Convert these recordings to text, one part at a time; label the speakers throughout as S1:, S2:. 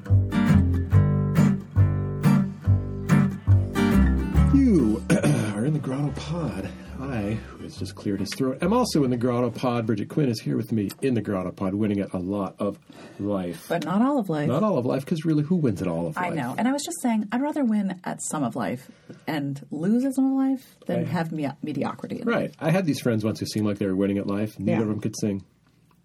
S1: just cleared his throat. I'm also in the Grotto Pod. Bridget Quinn is here with me in the Grotto Pod, winning at a lot of life.
S2: But not all of life.
S1: Not all of life, because really, who wins at all of
S2: I
S1: life?
S2: know. And I was just saying, I'd rather win at some of life and lose at some of life than have me- mediocrity. in it.
S1: Right. I had these friends once who seemed like they were winning at life. Neither
S2: Yeah. Um,
S1: of them could sing.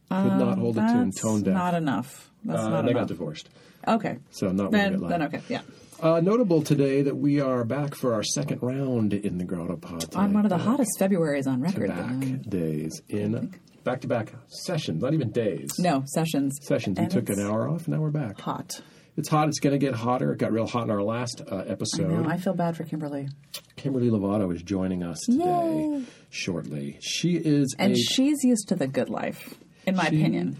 S1: Could not hold a tune,
S2: That's
S1: tone deaf.
S2: not enough. That's
S1: Uh,
S2: not
S1: they got
S2: enough.
S1: divorced.
S2: Okay.
S1: So not winning
S2: then,
S1: at life.
S2: then okay. Yeah.
S1: Uh, notable today that we are back for our second round in the Grotto Pod.
S2: On
S1: tonight.
S2: one of the hottest Februarys on record.
S1: back days in back to back sessions, not even days.
S2: No, sessions.
S1: Sessions. We
S2: And
S1: took an
S2: it's
S1: hour off, now we're back.
S2: Hot.
S1: It's hot. It's going to get hotter. It got real hot in our last uh, episode.
S2: No, I feel bad for Kimberly.
S1: Kimberly Lovato is joining us today
S2: Yay.
S1: shortly. She is
S2: And
S1: a
S2: she's used to the good life, in my
S1: She-
S2: opinion.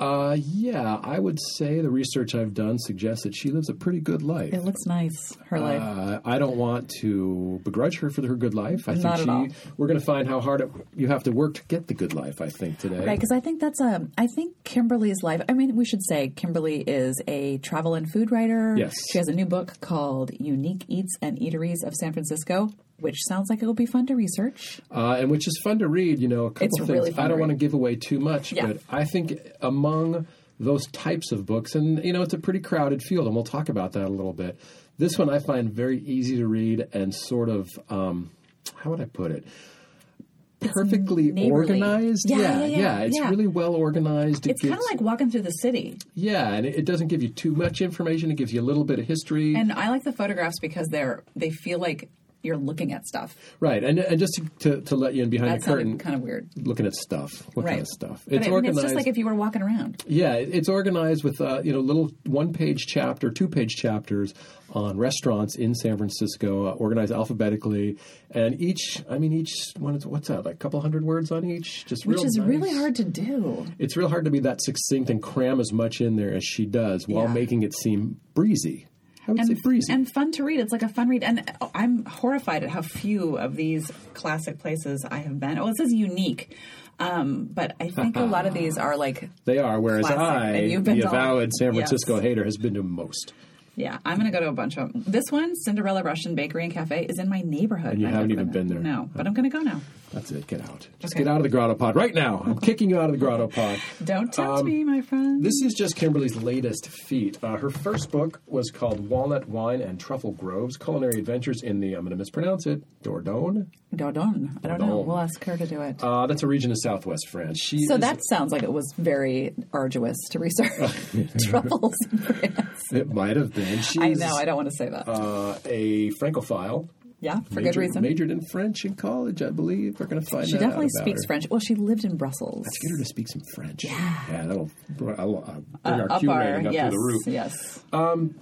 S1: uh, yeah. I would say the research I've done suggests that she lives a pretty good life.
S2: It looks nice, her life.
S1: Uh, I don't want to begrudge her for her good life. I
S2: Not at
S1: think she.
S2: all.
S1: We're going to find how hard it, you have to work to get the good life. I think today.
S2: Right, because I think that's a. I think Kimberly's life. I mean, we should say Kimberly is a travel and food writer.
S1: Yes.
S2: she has a new book called "Unique Eats and Eateries of San Francisco," which sounds like it will be fun to research.
S1: uh, and which is fun to read. You know, a couple
S2: It's
S1: things.
S2: really fun
S1: I
S2: to
S1: don't want to
S2: read.
S1: give away too much,
S2: Yeah.
S1: but I think among those types of books, and you know, it's a pretty crowded field, and we'll talk about that a little bit. This one I find very easy to read and sort of, um, how would I put it? Perfectly
S2: neighborly.
S1: organized.
S2: Yeah,
S1: yeah,
S2: yeah, yeah,
S1: It's
S2: yeah.
S1: really well organized. It
S2: It's kind of
S1: gives-
S2: like walking through the city,
S1: yeah, and it, it doesn't give you too much information. It gives you a little bit of history.
S2: and I like the photographs because they're they feel like you're looking at stuff.
S1: right, and and just to, to, to let you in behind
S2: That
S1: the curtain,
S2: sounded kind of weird.
S1: looking at stuff. What
S2: Right.
S1: kind of stuff?
S2: But I mean, it's just like if you were walking around.
S1: Yeah, it- it's organized with uh, you know little one-page chapter, two-page chapters on restaurants in San Francisco, uh, organized alphabetically, and each I mean each one is what's that like a couple hundred words on each, just
S2: Which
S1: real
S2: is
S1: nice.
S2: really hard to do.
S1: It's real hard to be that succinct and cram as much in there as she does while
S2: Yeah.
S1: making it seem breezy. I would say breezy.
S2: and fun to read. It's like a fun read. And oh, I'm horrified at how few of these classic places I have been. Oh, it says unique. Um, but I think a lot of these are like,
S1: they are, whereas
S2: Classic.
S1: I,
S2: And you've been
S1: the
S2: to all-
S1: avowed San
S2: Yes.
S1: Francisco hater, has been to most.
S2: yeah, I'm going to go to a bunch of them. This one, Cinderella Russian Bakery and Cafe, is in my neighborhood. And
S1: you haven't even been there.
S2: No, but I'm going to go now.
S1: That's it. Get out. Just
S2: Okay.
S1: get out of the grotto pod right now. I'm kicking you out of the grotto pod.
S2: Don't tempt me, my friend.
S1: Um, This is just Kimberly's latest feat. Uh, her first book was called Walnut Wine and Truffle Groves Culinary Adventures in the, I'm going to mispronounce it, Dordogne.
S2: Dodon. I don't know.
S1: Dodon.
S2: We'll ask her to do it.
S1: Uh, that's a region of southwest France. She
S2: so
S1: is-
S2: that sounds like it was very arduous to research. Troubles. in France.
S1: It might have been. She's
S2: I know. I don't want to say that.
S1: Uh, a Francophile.
S2: yeah, for good
S1: majored-
S2: reason.
S1: Majored in French in college, I believe. We're going to find
S2: she
S1: that out
S2: definitely
S1: about
S2: speaks
S1: her.
S2: French. Well, she lived in Brussels.
S1: Let's get her to speak some French. Yeah. that'll br- I'll, uh, bring our
S2: up
S1: Q
S2: our
S1: rating up
S2: yes,
S1: to the roof.
S2: yes.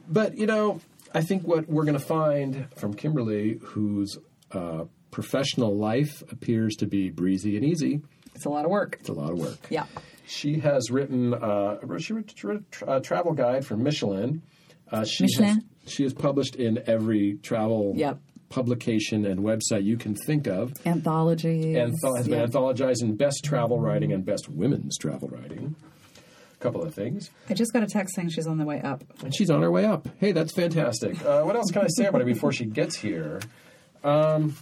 S1: But you know, I think what we're going to find from Kimberly, whose uh, professional life appears to be breezy and easy,
S2: It's a lot of work.
S1: it's a lot of work.
S2: Yeah.
S1: She has written uh, she wrote she wrote a tra- uh, travel guide for Michelin. Uh, she Has,
S2: Michelin.
S1: she is published in every travel
S2: Yep.
S1: publication and website you can think of.
S2: Anthology.
S1: Anthol- has been anthologized in best travel writing and best women's travel writing. A couple of things.
S2: I just got a text saying she's on the way up.
S1: And she's on her way up. Hey, that's fantastic. Uh, what else can I say about her before she gets here? Um,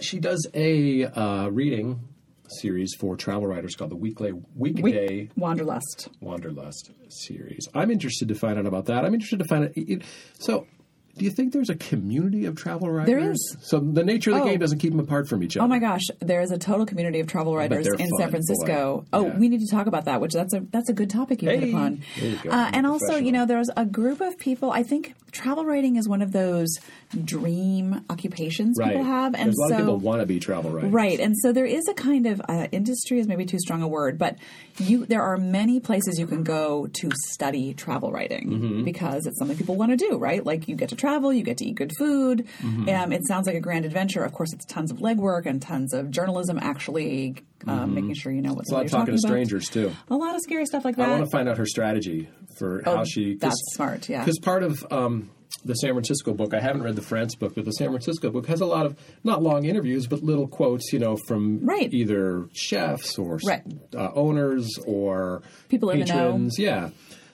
S1: she does a uh, reading series for travel writers called the Weekly Weekday
S2: We, Wanderlust.
S1: Wanderlust series. I'm interested to find out about that. I'm interested to find out. It, so, do you think there's a community of travel writers?
S2: is.
S1: So the nature of the
S2: Oh.
S1: game doesn't keep them apart from each other.
S2: Oh my gosh, there is a total community of travel writers
S1: they're
S2: in
S1: fun,
S2: San Francisco.
S1: boy.
S2: Oh,
S1: Yeah.
S2: we need to talk about that, which that's a that's a good topic you
S1: Hey.
S2: hit upon.
S1: There you go.
S2: Uh, and also,
S1: Professional.
S2: you know, there's a group of people. I think travel writing is one of those dream occupations
S1: Right.
S2: people have, and
S1: there's a lot
S2: so
S1: of people want to be travel writers.
S2: Right, and so there is a kind of uh, industry is maybe too strong a word, but you there are many places you can go to study travel writing
S1: Mm-hmm.
S2: because it's something people want to do, right? Like you get to travel, you get to eat good food.
S1: Mm-hmm.
S2: Um, it sounds like a grand adventure. Of course, it's tons of legwork and tons of journalism actually um, making sure you know what's
S1: Mm-hmm. A lot
S2: what
S1: of
S2: you're
S1: talking
S2: talking
S1: to
S2: about.
S1: strangers too.
S2: A lot of scary stuff like that.
S1: I want to find out her strategy for how she.
S2: Oh, that's smart, yeah.
S1: Because part of um, the San Francisco book, I haven't read the French book, but the San Francisco book has a lot of not long interviews, but little quotes, you know, from
S2: Right.
S1: either chefs or s-
S2: Right.
S1: uh, owners or
S2: People in the know.
S1: patrons. Yeah.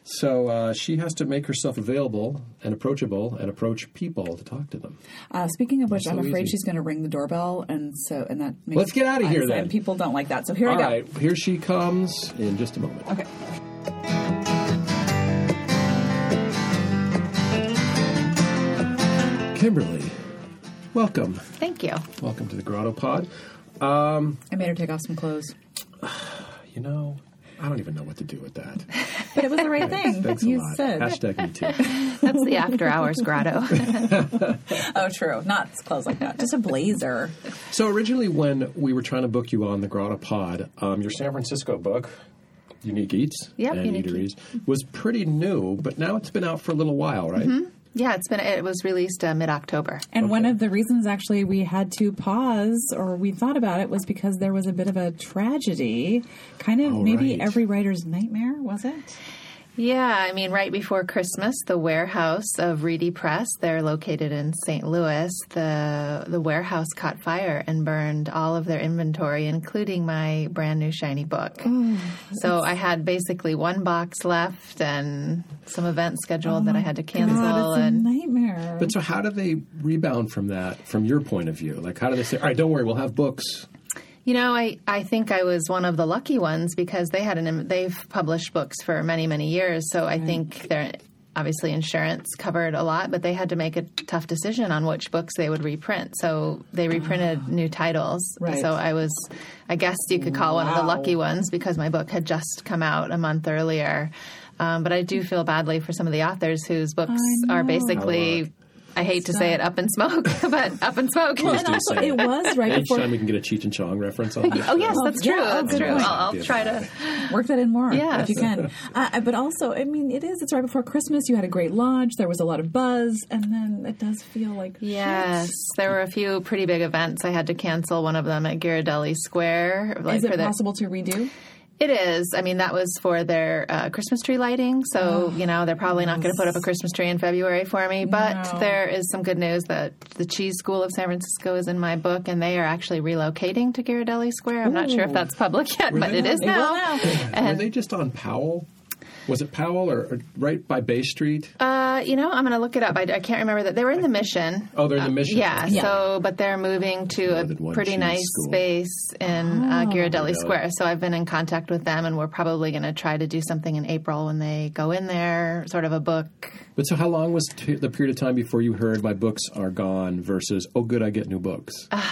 S1: So uh, she has to make herself available and approachable and approach people to talk to them.
S3: Uh, speaking of which,
S1: so
S3: I'm afraid
S1: easy.
S3: she's going to ring the doorbell, and so and that makes
S1: Let's get outta here,
S3: and
S1: then.
S3: people don't like that. So here
S1: All
S3: I go.
S1: right, here she comes in just a moment.
S3: Okay.
S1: Kimberly, welcome.
S4: Thank you.
S1: Welcome to the Grotto Pod.
S3: I made her take off some clothes,
S1: You know, I don't even know what to do with that.
S3: but it was the right thing.
S1: Thanks
S3: you
S1: a lot.
S3: said,
S1: Hashtag me too.
S4: That's the after hours grotto.
S3: "Oh, true." Not clothes like that. Just a blazer.
S1: So originally, when we were trying to book you on the Grotto Pod, um, your San Francisco book, Unique Eats,
S4: Yep,
S1: and
S4: Unique Mm-hmm.
S1: Eateries, was pretty new, but now it's been out for a little while, right?
S4: yeah, it's been it was released uh, mid October.
S2: And one of the reasons actually we had to pause or we thought about it was because there was a bit of a tragedy, kind of
S1: Oh,
S2: maybe
S1: right.
S2: every writer's nightmare, was it?
S4: Yeah, I mean, right before Christmas, the warehouse of Reedy Press, they're located in St. Louis, the the warehouse caught fire and burned all of their inventory, including my brand new shiny book. so I had basically one box left and some events scheduled that I had to cancel.
S2: God, it's a
S4: and
S2: nightmare.
S1: But so, how do they rebound from that, from your point of view? Like, how do they say, all right, don't worry, we'll have books?
S4: You know, I, I think I was one of the lucky ones because they had an they've published books for many many years, so I think they're obviously insurance covered a lot, but they had to make a tough decision on which books they would reprint. So they reprinted new titles.
S2: Right.
S4: So I was I guess you could call one of the lucky ones because my book had just come out a month earlier. Um, but I do feel badly for some of the authors whose books are
S1: Oh, uh,
S4: basically I hate to say it up in smoke, but up in smoke.
S1: Please do say
S2: it
S1: it.
S2: was right
S1: Each
S2: before.
S1: time we can get a Cheech and Chong reference on this.
S4: Oh yes,
S1: show.
S4: that's
S2: yeah,
S4: true.
S2: oh,
S4: that's
S2: good
S4: true.
S2: point.
S4: I'll, I'll try to.
S2: Work that in more
S4: Yes.
S2: if you can. uh, but also, I mean, it is. It's right before Christmas. You had a great launch. There was a lot of buzz, and then it does feel like
S4: Yes,
S2: shit.
S4: there were a few pretty big events. I had to cancel one of them at Ghirardelli Square. Like
S2: Is it
S4: for the,
S2: possible to redo?
S4: It is. I mean, that was for their uh, Christmas tree lighting. So, you know, they're probably not going to put up a Christmas tree in February for me. But
S2: No.
S4: there is some good news that the Cheese School of San Francisco is in my book, and they are actually relocating to Ghirardelli Square. I'm not sure if that's public yet, but
S1: they
S4: it
S1: not?
S4: is
S1: They
S4: now.
S1: Were they just on Powell? Was it Powell or, or right by Bay Street?
S4: Uh, you know, I'm going to look it up. I, I can't remember that. They were in the Mission.
S1: oh, they're in the Mission.
S4: Yeah, so but they're moving to
S1: than
S4: a
S1: one
S4: pretty
S1: cheese
S4: nice
S1: school.
S4: space in
S2: Oh.
S4: uh, Ghirardelli
S1: Ghirardelli.
S4: Square. So I've been in contact with them, and we're probably going to try to do something in April when they go in there, sort of a book.
S1: But so, how long was t- the period of time before you heard my books are gone versus oh, good, I get new books?
S4: Uh,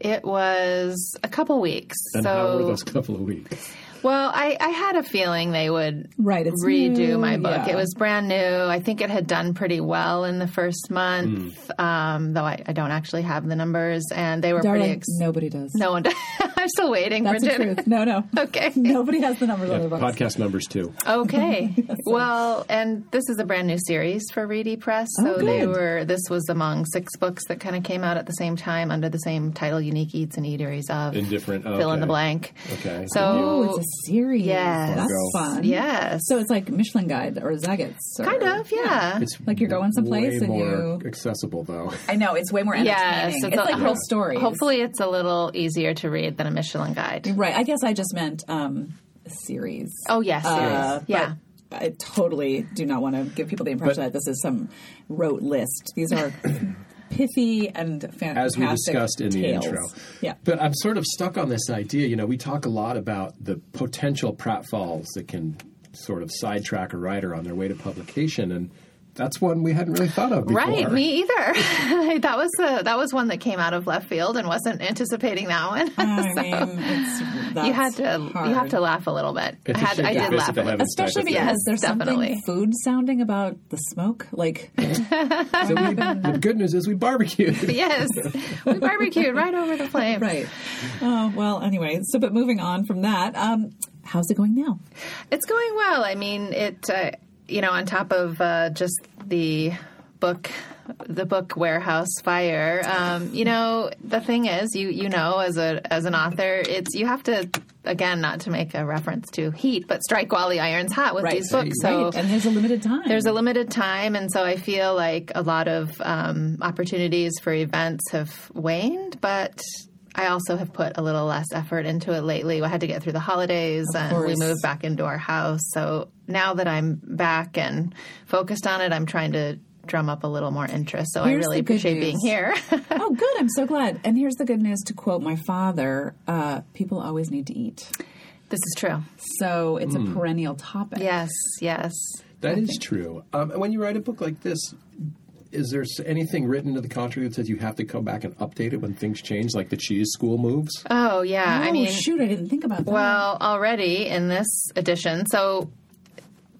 S4: It was a couple weeks.
S1: and
S4: so
S1: how were those couple of weeks?
S4: well, I, I had a feeling they would
S2: Right, it's
S4: redo
S2: new,
S4: my book.
S2: yeah.
S4: It was brand new. I think it had done pretty well in the first month,
S1: Hmm.
S4: um, though I, I don't actually have the numbers, and they were pretty.
S2: Darling,
S4: Ex-
S2: nobody does.
S4: no one. I'm still waiting,
S2: That's
S4: Bridget.
S2: the truth. No, no.
S4: Okay.
S2: Nobody has the numbers on their books.
S1: Podcast numbers too.
S4: Okay. well, and this is a brand new series for Reedy Press. So they
S2: Oh, good.
S4: were this was among six books that kind of came out at the same time under the same title, Unique Eats and Eateries of
S1: In different- oh,
S4: fill in
S1: okay.
S4: the blank.
S1: Okay.
S4: So
S2: Oh, it's a series.
S4: Yes.
S2: That's
S1: Fargo.
S2: fun.
S4: yes.
S2: So it's like Michelin Guide or Zagat's. or-
S4: kind of, yeah.
S1: It's
S2: Like you're going someplace
S1: way
S2: and
S1: more
S2: you-
S1: accessible though.
S3: I know it's way more entertaining.
S4: Yes,
S3: it's,
S4: it's a-
S3: like
S4: yeah.
S3: whole stories.
S4: Hopefully it's a little easier to read than a Michelin guide.
S2: Right. I guess I just meant um, series.
S4: Oh yes,
S2: Uh,
S4: series. yeah.
S2: But I totally do not want to give people the impression that this is some rote list. These are pithy and fantastic.
S1: as we discussed in
S2: tales.
S1: the intro.
S2: Yeah.
S1: But I'm sort of stuck on this idea. You know, we talk a lot about the potential pratfalls that can sort of sidetrack a writer on their way to publication, and that's one we hadn't really thought of before.
S4: Right, me either. that was the that was one that came out of left field and wasn't anticipating that one.
S2: I mean, it's, that's
S4: you had to you have
S2: hard.
S4: to laugh a little bit.
S1: It's
S4: I, had,
S1: a
S4: I did laugh. A
S1: To
S4: little.
S1: heaven type
S2: Especially
S1: of thing.
S2: because
S4: Yes,
S2: there's
S4: definitely.
S2: something food sounding about the smoke. Like,
S1: So we- the good news is we barbecued.
S4: yes, we barbecued right over the flame.
S2: right. Oh, well, anyway. So, but moving on from that, um, how's it going now?
S4: It's going well. I mean, it uh, you know, on top of uh, just the book the book warehouse fire. Um, you know, the thing is, you you know, as a as an author, it's you have to again not to make a reference to heat, but strike while the iron's hot with
S2: Right.
S4: these books. So
S2: right. And there's a limited time.
S4: There's a limited time, and so I feel like a lot of um, opportunities for events have waned, but I also have put a little less effort into it lately. I had to get through the holidays and we
S2: course.
S4: moved back into our house. So now that I'm back and focused on it, I'm trying to drum up a little more interest. So I
S2: Here's
S4: really
S2: the good
S4: appreciate
S2: news.
S4: being here.
S2: oh, good. I'm so glad. And here's the good news to quote my father uh, people always need to eat.
S4: this is true.
S2: So it's
S4: Hmm.
S2: a perennial topic.
S4: Yes, yes. Oh,
S1: That is true. Um, and when you write a book like this, is there s- anything written to the contrary that says you have to come back and update it when things change, like the cheese school moves?
S4: Oh, yeah.
S2: oh,
S4: I mean,
S2: shoot, I didn't think about that.
S4: Well, already in this edition, so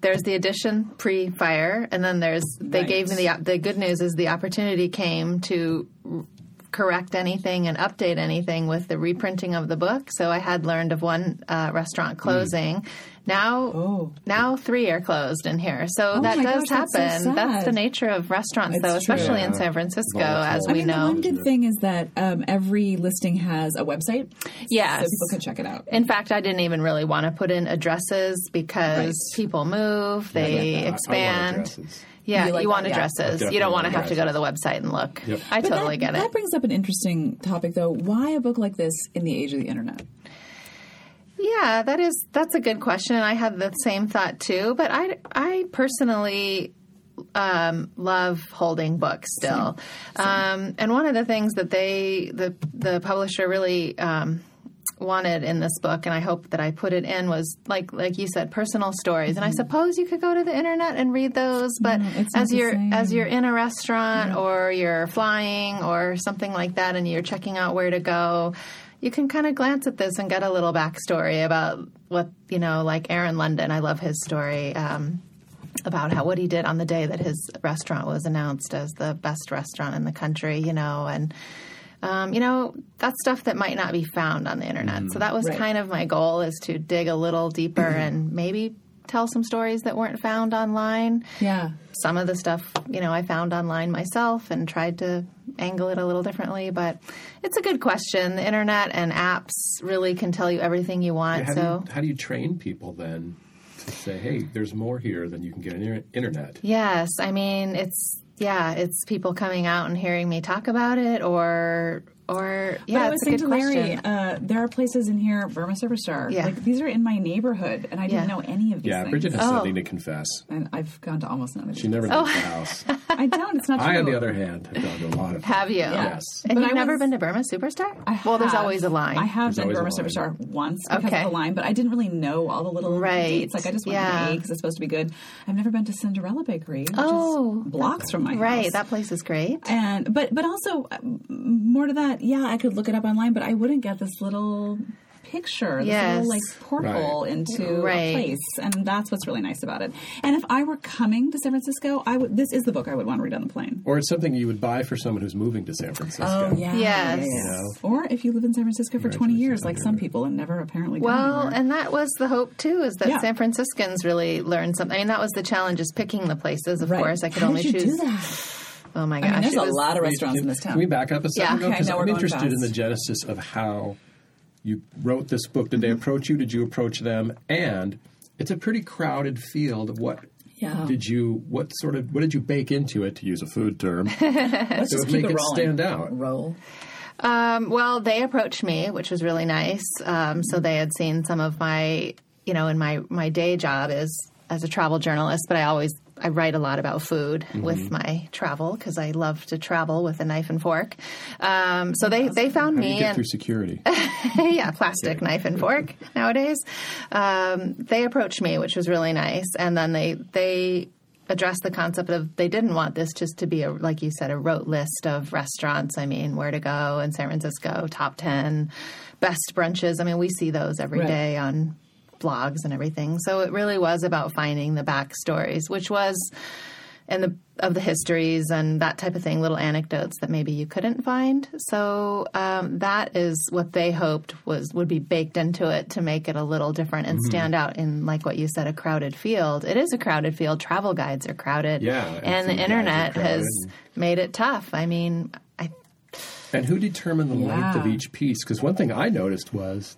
S4: there's the edition pre-fire, and then there's they
S2: Right.
S4: gave me the op- the good news is the opportunity came to r- correct anything and update anything with the reprinting of the book. So I had learned of one uh, restaurant
S2: Hmm.
S4: closing. Now, now three are closed in here. So that
S2: Oh. my
S4: does
S2: gosh,
S4: happen.
S2: that's so sad.
S4: the nature of restaurants, though,
S2: It's true.
S4: especially in
S1: Yeah.
S4: San Francisco,
S1: Volatile.
S4: as
S1: I
S4: we
S2: I mean,
S4: know.
S2: the one good thing is that um, every listing has a website.
S4: Yes.
S2: So people can check it out.
S4: In fact, I didn't even really want to put in addresses because people move,
S1: I-
S4: they
S1: I want
S4: expand.
S1: addresses.
S4: yeah,
S2: You
S4: you,
S2: like
S4: want
S2: that, yeah.
S4: addresses.
S1: I
S4: You don't want to
S1: definitely
S4: have to go to the website and look.
S1: Yep.
S4: I
S2: But
S4: totally
S2: that,
S4: get
S2: That
S4: it.
S2: brings up an interesting topic, though. Why a book like this in the age of the internet?
S4: Yeah, that is that's a good question. I had the same thought too, but I I personally um, love holding books still. Um, and one of the things that they the the publisher really um, wanted in this book, and I hope that I put it in, was like like you said, personal stories.
S2: Mm-hmm.
S4: And I suppose you could go to the internet and read those, but
S2: it's not
S4: as
S2: Mm-hmm. the
S4: you're
S2: same.
S4: as you're in a restaurant or you're flying or something like that, and you're checking out where to go. You can kind of glance at this and get a little backstory about what you know, like Aaron London. I love his story. Um, about how what he did on the day that his restaurant was announced as the best restaurant in the country, you know, and um, you know that's stuff that might not be found on the internet. So that was
S2: Right.
S4: kind of my goal is to dig a little deeper and maybe tell some stories that weren't found online.
S2: Yeah.
S4: Some of the stuff, you know, I found online myself and tried to angle it a little differently, but it's a good question. The internet and apps really can tell you everything you want.
S1: How,
S4: so
S1: do you, how do you train people then to say, hey, there's more here than you can get on the internet?
S4: Yes, I mean it's yeah, it's people coming out and hearing me talk about it, or or
S2: But
S4: yeah,
S2: I was
S4: it's a
S2: saying
S4: good
S2: to Larry,
S4: question.
S2: uh, there are places in here, Burma Superstar.
S4: Yeah.
S2: Like these are in my neighborhood, and I didn't
S4: Yeah.
S2: know any of these
S1: Yeah,
S2: things.
S1: Bridget has
S4: Oh.
S1: something to confess.
S2: and I've gone to almost none of these.
S1: She never leaves the house.
S2: I don't. It's not true.
S1: I, on the other hand, have gone to a lot of
S4: Have you?
S1: Yes.
S4: And
S2: But
S4: you've
S2: I
S4: never
S2: was-
S4: been to Burma Superstar? well, there's
S2: have-
S4: always a line.
S2: I
S1: There's
S2: have been
S1: always a
S2: Burma
S1: line.
S2: Superstar once because
S4: Okay.
S2: of the line, but I didn't really know all the little
S4: Right.
S2: dates. Like I just went
S4: Yeah.
S2: to A because it's supposed to be good. I've never been to Cinderella Bakery, which
S4: Oh.
S2: is blocks from my
S4: right,
S2: house.
S4: that place is great.
S2: and but but also uh, m- more to that, yeah, I could look it up online, but I wouldn't get this little picture, this
S4: Yes.
S2: little like portal
S1: Right.
S2: into
S4: Right.
S2: a place, and that's what's really nice about it. And if I were coming to San Francisco, I would. This is the book I would want to read on the plane. Oh,
S1: Or it's something you would buy for someone who's moving to San Francisco.
S4: Oh,
S2: Yeah.
S4: Yes.
S2: yeah,
S4: You
S2: yeah. Or if you live in San Francisco for 20 years, like some people, and never apparently go
S4: Well,
S2: anywhere.
S4: and that was the hope too, is that
S2: Yeah.
S4: San Franciscans really learned something. I mean, that was the challenge is picking the places. Of
S2: Right.
S4: course, I could
S2: How
S4: only
S2: did you
S4: choose.
S2: Do that?
S4: Oh my
S2: I
S4: gosh,
S2: mean, there's
S4: it
S2: a
S4: was-
S2: lot of restaurants in this
S1: Can we
S2: town.
S1: back up a second?
S4: Yeah. Okay,
S1: Because
S2: I know we're
S1: I'm
S2: going
S1: interested in the
S2: fast.
S1: genesis of how you wrote this book. Did they
S2: Mm-hmm.
S1: approach you? Did you approach them? And it's a pretty crowded field. What
S2: Yeah.
S1: did you? What sort of? What did you bake into it? To use a food term,
S2: Let's
S1: that
S2: just
S1: would
S2: keep
S1: make
S2: it
S1: it
S2: rolling.
S1: stand out.
S2: Roll.
S4: Um, well, they approached me, which was really nice. Um, so they had seen some of my, you know, in my my day job is as a travel journalist, but I always I write a lot about food
S1: Mm-hmm.
S4: with my travel because I love to travel with a knife and fork. Um, so they they found
S1: You
S4: me
S1: get
S4: and
S1: through security.
S4: yeah, plastic knife and fork nowadays. Um, they approached me, which was really nice, and then they they addressed the concept of they didn't want this just to be a like you said a rote list of restaurants. I mean, where to go in San Francisco, top ten best brunches. I mean, we see those every day
S2: Right.
S4: on blogs and everything. So it really was about finding the backstories, which was and the of the histories and that type of thing, little anecdotes that maybe you couldn't find. So um, that is what they hoped was would be baked into it to make it a little different
S1: Mm-hmm.
S4: and stand out in like what you said, a crowded field. It is a crowded field. Travel guides are crowded.
S1: Yeah, and food
S4: and
S1: guides
S4: the
S1: are
S4: internet has
S1: crowded.
S4: made it tough. I mean, I
S1: And who determined the length of
S2: Yeah.
S1: each piece? Because one thing I noticed was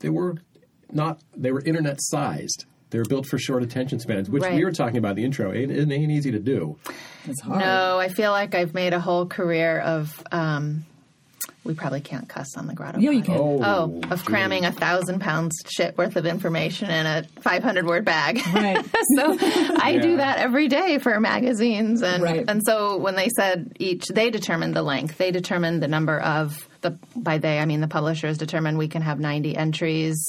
S1: they were not they were internet sized. They were built for short attention spans, which
S4: Right.
S1: we were talking about in the intro. It, it ain't easy to do. Oh.
S2: It's hard.
S4: No, I feel like I've made a whole career of um, we probably can't cuss on the grotto.
S3: Yeah, you can.
S4: Pod.
S1: Oh,
S4: Oh, of cramming a thousand pounds shit worth of information in a 500 word bag.
S3: Right.
S4: so I
S1: Yeah.
S4: do that every day for magazines. And,
S3: Right.
S4: and so when they said each, they determined the length, they determined the number of the, by they, I mean the publishers determined we can have 90 entries.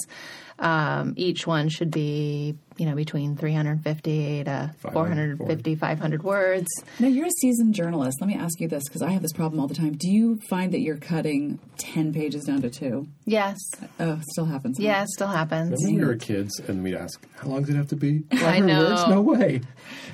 S4: Um, each one should be, you know, between 350 to 450, 500 words.
S3: Now you're a seasoned journalist. Let me ask you this because I have this problem all the time. Do you find that you're cutting ten pages down to two?
S4: Yes.
S3: Oh, it still happens.
S4: Yeah, it still happens.
S1: When we were kids, and we'd ask, "How long does it have to be?"
S4: I
S1: 500
S4: know.
S1: Words? No way.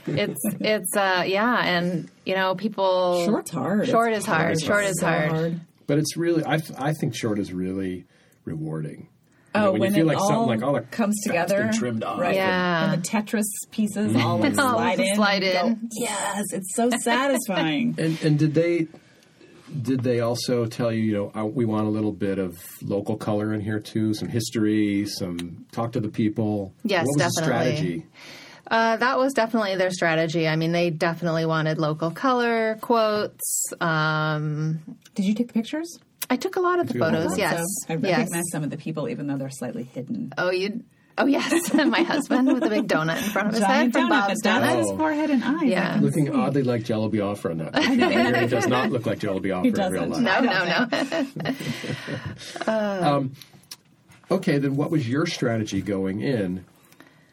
S4: it's it's uh yeah and you know people
S3: Short's hard.
S4: short
S3: It's
S4: is hard
S1: It's
S4: short is
S3: so
S4: hard,
S1: But it's really, I, I think short is really rewarding. You know,
S2: Oh,
S1: when,
S2: when
S1: you feel
S2: it
S1: like something
S2: all
S1: like all the
S2: comes
S1: fat's
S2: together.
S1: been trimmed Mm-hmm. off,
S2: Right.
S4: yeah
S2: And the Tetris pieces all like
S4: Oh,
S2: slide in.
S4: slide
S2: You go,
S4: in.
S2: yes, it's so satisfying.
S1: And, and did they did they also tell you, you know, I, we want a little bit of local color in here too, some history, some talk to the people?
S4: Yes,
S1: what was
S4: definitely.
S1: The strategy?
S4: Uh, that was definitely their strategy. I mean, they definitely wanted local color quotes. Um,
S2: Did you take the pictures?
S4: I took a lot of the
S1: took a lot of
S4: photos.
S1: them.
S4: Yes,
S2: I
S4: yes.
S2: recognize some of the people, even though they're slightly hidden.
S4: Oh, you. Oh, yes. my husband with a big donut in front of his head
S2: Giant
S4: from
S2: donut,
S4: Bob's
S2: but down
S4: Donuts.
S2: at his
S1: Oh.
S2: forehead and eyes.
S4: Yeah.
S1: Looking oddly like Jello Biafra in that. picture. It really does not look like Jello Biafra in real
S2: doesn't.
S1: life.
S4: No,
S2: I
S4: no,
S2: don't
S4: no.
S1: Okay, then what was your strategy going in?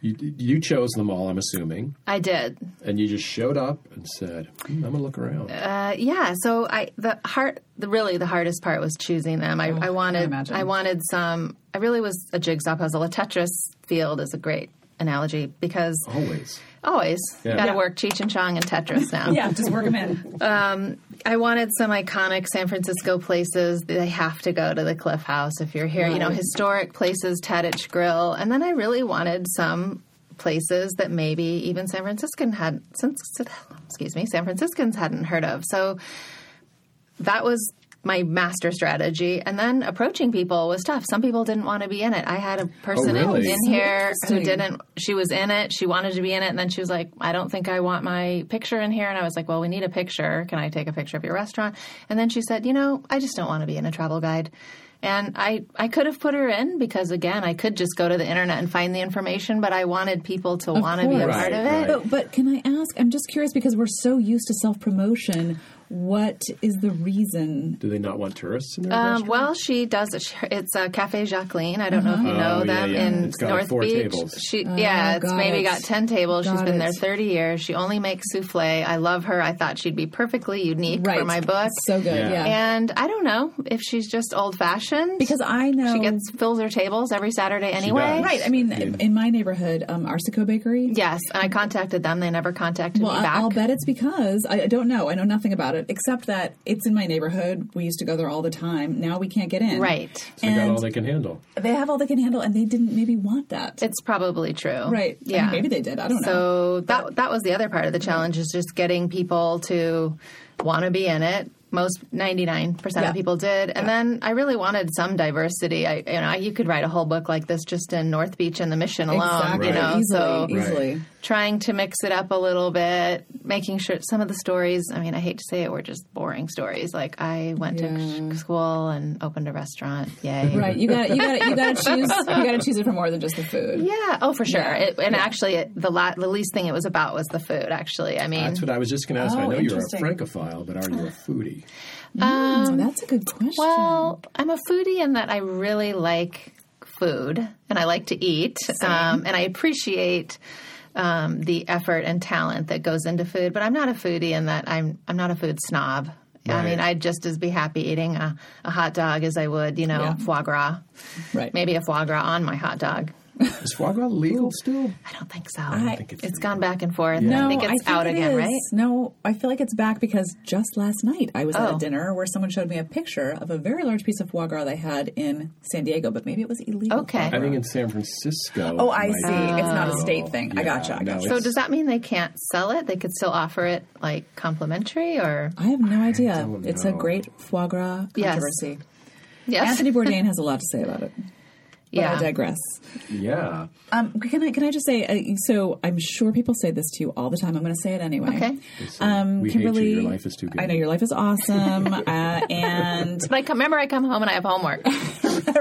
S1: You, you chose them all, I'm assuming,
S4: I did.
S1: and you just showed up and said, "Hmm, "I'm gonna look around."
S4: Uh, yeah, so I the heart the really the hardest part was choosing them. I, I wanted
S2: Oh, imagine.
S4: I wanted some. I really was a jigsaw puzzle. A Tetris field is a great analogy because
S1: Always.
S4: always
S1: Yeah.
S4: got to
S1: Yeah.
S4: work Cheech and Chong and Tetris now.
S2: Yeah, just work them in.
S4: I wanted some iconic San Francisco places. They have to go to the Cliff House if you're here. You know, historic places, Tadich Grill, and then I really wanted some places that maybe even San Franciscan had since excuse me, San Franciscans hadn't heard of. So that was my master strategy and then approaching people was tough some people didn't want to be in it i had a person in-
S1: really?
S4: in, here who
S3: interesting.
S4: didn't she was in it she wanted to be in it and then she was like i don't think i want my picture in here and i was like well we need a picture can i take a picture of your restaurant and then she said you know i just don't want to be in a travel guide and I, I could have put her in because again I could just go to the internet and find the information, but I wanted people to want to be a
S3: course.
S4: part of it.
S1: Right, right.
S3: But, Oh, but can I ask? I'm just curious because we're so used to self promotion. What is the reason?
S1: Do they not want tourists in their
S4: Um,
S1: restaurant?
S4: well, she does. It. She- It's uh, Cafe Jacqueline. I don't know if
S3: Mm-hmm.
S4: you know
S1: Oh, yeah,
S4: them
S1: yeah.
S4: in
S1: It's got, like,
S4: North
S1: four
S4: Beach.
S1: tables.
S4: She, yeah, it's
S3: Oh, got
S4: maybe
S3: it.
S4: got ten tables. She's
S3: Got
S4: been
S3: it.
S4: there thirty years. She only makes souffle. I love her. I thought she'd be perfectly unique
S3: Right.
S4: for my book.
S3: So good.
S1: Yeah.
S3: Yeah.
S4: and I don't know if she's just old fashioned
S3: because I know
S4: she gets fills her tables every Saturday anyway.
S1: does.
S3: right. I mean, in, in my neighborhood, um, Arsico Bakery.
S4: Yes, and I contacted them. They never contacted
S3: Well,
S4: me back.
S3: I- I'll bet it's because I I don't know. I know nothing about it except that it's in my neighborhood. We used to go there all the time. Now we can't get in.
S4: Right.
S1: they got
S3: and-
S1: all they can handle.
S3: They have all they can handle, and they didn't maybe want that.
S4: It's probably true.
S3: right. I mean,
S4: Yeah.
S3: maybe they did. I don't know.
S4: So that that was the other part of the challenge is just getting people to want to be in it. Most ninety nine percent
S3: Yeah.
S4: of people did, and then I really wanted some diversity. I you know you could write a whole book like this just in North Beach and the Mission alone.
S3: Exactly.
S4: You know,
S3: Easily.
S4: so
S3: easily.
S1: Right.
S4: trying to mix it up a little bit, making sure some of the stories. I mean, I hate to say it, were just boring stories. Like I went to school and opened a restaurant. Yay!
S3: Right. You got. You got. You got to choose. You got to choose it for more than just the food.
S4: Yeah. Oh, for sure. It, and actually, it, the la- the least thing it was about was the food. Actually, I mean,
S1: That's what I was just going to ask.
S3: Oh,
S1: I know you're a
S3: interesting.
S1: francophile, but are you a foodie?
S3: Oh, that's a good question.
S4: well, I'm a foodie in that I really like food and I like to eat, um, and I appreciate. Um, the effort and talent that goes into food, but I'm not a foodie in that I'm I'm not a food snob. I
S1: Right.
S4: mean, I'd just as be happy eating a, a hot dog as I would, you know, foie gras.
S3: right.
S4: Maybe a foie gras on my hot dog.
S1: Is foie gras legal still?
S4: I don't think so.
S1: think it's
S4: it's gone back and forth.
S3: No,
S4: I think it's out
S3: it
S4: again,
S3: is.
S4: right?
S3: No, I feel like it's back because just last night I was at
S4: Oh.
S3: a dinner where someone showed me a picture of a very large piece of foie gras they had in San Diego, but maybe it was illegal.
S4: Okay.
S3: foie
S1: I
S3: gras.
S1: think in San Francisco.
S3: Oh, I
S1: it
S3: see.
S1: might be
S3: It's not a state
S1: legal.
S3: thing. I gotcha, I
S1: no,
S3: gotcha.
S4: So
S1: it's-
S4: does that mean they can't sell it? They could still offer it like complimentary or
S3: I have no idea. It's a
S1: know.
S3: great foie gras
S4: Yes.
S3: controversy.
S4: yes.
S3: Anthony Bourdain has a lot to say about it.
S2: But
S4: Yeah.
S2: I digress.
S1: Yeah.
S2: Um, can I can I just say? Uh, so I'm sure people say this to you all the time. I'm going to say it anyway.
S4: Okay.
S2: Um,
S1: We hate you.
S2: Kimberly,
S1: Your life is too good.
S2: I know your life is awesome, uh, and
S4: But I come, remember, I come home and I have homework.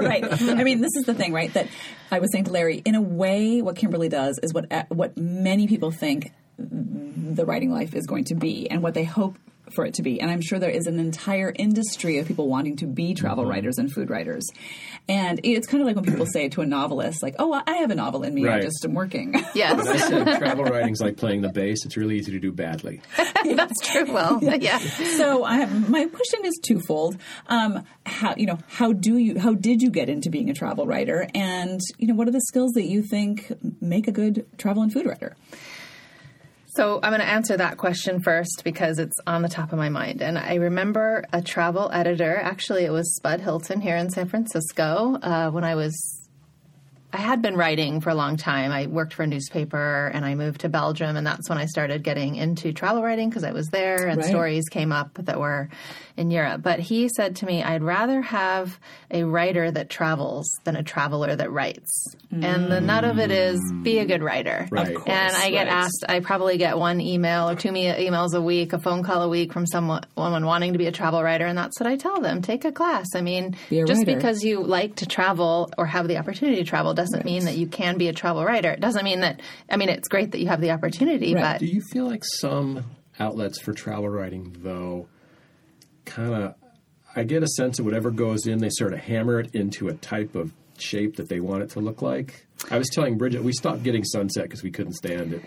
S2: right. I mean, this is the thing, right? That I was saying to Larry. In a way, what Kimberly does is what uh, what many people think the writing life is going to be, and what they hope for it to be. And I'm sure there is an entire industry of people wanting to be travel writers and food writers. And it's kind of like when people say to a novelist, like, "Oh, well, I have a novel in me. I
S1: Right.
S2: just am working."
S1: I
S4: Yes,
S1: said travel writing's like playing the bass. It's really easy to do badly.
S4: that's true. Well, yeah.
S2: so I have, my question is twofold. Um, how you know how do you how did you get into being a travel writer, and you know what are the skills that you think make a good travel and food writer?
S4: So I'm going to answer that question first because it's on the top of my mind. And I remember a travel editor, actually, it was Spud Hilton here in San Francisco uh, when I was I had been writing for a long time. I worked for a newspaper and I moved to Belgium, and that's when I started getting into travel writing because I was there and
S2: Right.
S4: stories came up that were in Europe. But he said to me, I'd rather have a writer that travels than a traveler that writes. And the nut of it is be a good writer.
S1: Right. Of course,
S4: and I get
S2: right.
S4: asked, I probably get one email or two me- emails a week, a phone call a week from someone woman wanting to be a travel writer. And that's what I tell them take a class. I mean,
S2: Be a
S4: just
S2: writer.
S4: because you like to travel or have the opportunity to travel doesn't mean that you can be a travel writer. It doesn't mean that, I mean, it's great that you have the opportunity,
S2: Right.
S1: Do
S4: but
S1: you feel like some outlets for travel writing, though, kind of, I get a sense of whatever goes in, they sort of hammer it into a type of shape that they want it to look like? I was telling Bridget, we stopped getting sunset because we couldn't stand it.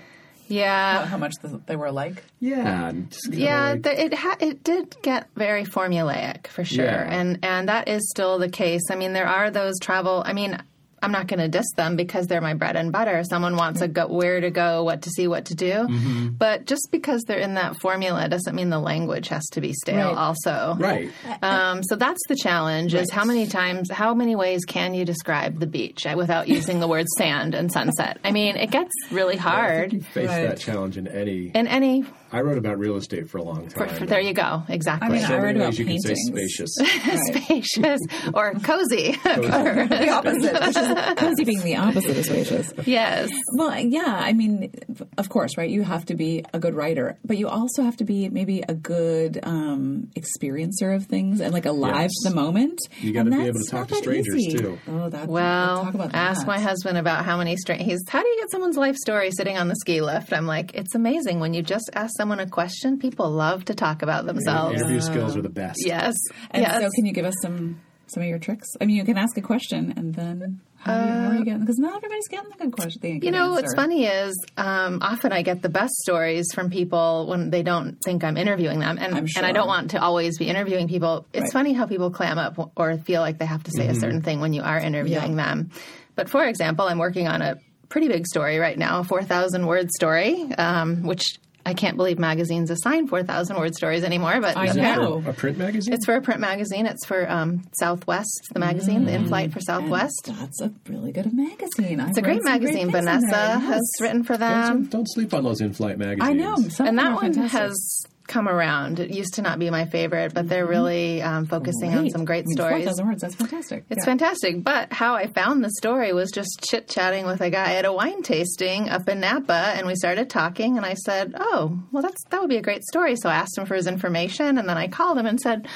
S4: yeah.
S5: How much th- they were alike?
S1: Yeah. and just kinda
S4: Yeah,
S1: like-
S4: th- it ha- it did get very formulaic for sure,
S1: Yeah.
S4: and and that is still the case. I mean, there are those travel. I mean, I'm not going to diss them because they're my bread and butter. Someone wants a go- where to go, what to see, what to do,
S1: Mm-hmm.
S4: but just because they're in that formula doesn't mean the language has to be stale.
S2: Right.
S4: Also,
S1: right.
S4: um, so that's the challenge: is how many times, how many ways can you describe the beach uh, without using the word sand and sunset? I mean, it gets really hard.
S1: You face
S5: Right.
S1: that challenge in any.
S4: In any,
S1: I wrote about real estate for a long time.
S4: there you go, exactly.
S2: mean,
S1: So
S2: I read
S1: many
S2: about
S1: ways you can say
S2: paintings.
S1: spacious.
S4: spacious or cozy.
S1: Cozy.
S2: opposite, cozy being the opposite of spacious.
S4: yes.
S2: Well, yeah, I mean, of course, right? You have to be a good writer, but you also have to be maybe a good um, experiencer of things and like alive to
S1: Yes.
S2: the moment.
S1: You
S2: got
S1: gotta be able to talk to strangers, too.
S2: Oh, that's
S4: Well,
S2: talk about
S4: ask
S2: that.
S4: my husband about how many straight. He's how do you get someone's life story sitting on the ski lift? I'm like, it's amazing when you just ask someone a question. People love to talk about themselves.
S1: Interview skills are
S2: um,
S1: the best.
S4: Yes.
S2: And
S4: yes.
S2: so, can you give us some some of your tricks? I mean, you can ask a question, and then how, do you, how are you getting? Because not everybody's getting the good question. The good
S4: Uh, You know,
S2: answer.
S4: what's funny is um, often I get the best stories from people when they don't think I'm interviewing them, and and I
S2: sure.
S4: don't want to always be interviewing people. It's
S2: Right. Mm-hmm.
S4: funny how people clam up or feel like they have to say a certain thing when you are interviewing them. But for example, I'm working on a pretty big story right now, a 4,000 word story, um, which I can't believe magazines assign 4,000 word stories anymore. But
S2: I
S4: apparently-
S2: know.
S1: A print magazine?
S4: It's for a print magazine. It's for um, Southwest, the magazine, the in flight for
S2: Mm,
S4: Southwest.
S2: That's a really good magazine.
S4: It's a great magazine. Vanessa has written for them.
S1: don't, don't
S4: um,
S1: sleep on those in-flight magazines.
S2: I know, some
S4: and
S2: of them
S4: that
S2: are
S4: one
S2: Oh, fantastic.
S4: has come around. It used to not be my favorite, but they're really um, focusing on some great
S2: Mm-hmm. I mean,
S4: stories.
S2: 4,000 words. That's fantastic.
S4: It's
S2: Yeah.
S4: fantastic. But how I found the story was just chit chatting with a guy at a wine tasting up in Napa, and we started talking. And I said, "Oh, well, that's that would be a great story." So I asked him for his information, and then I called him and said,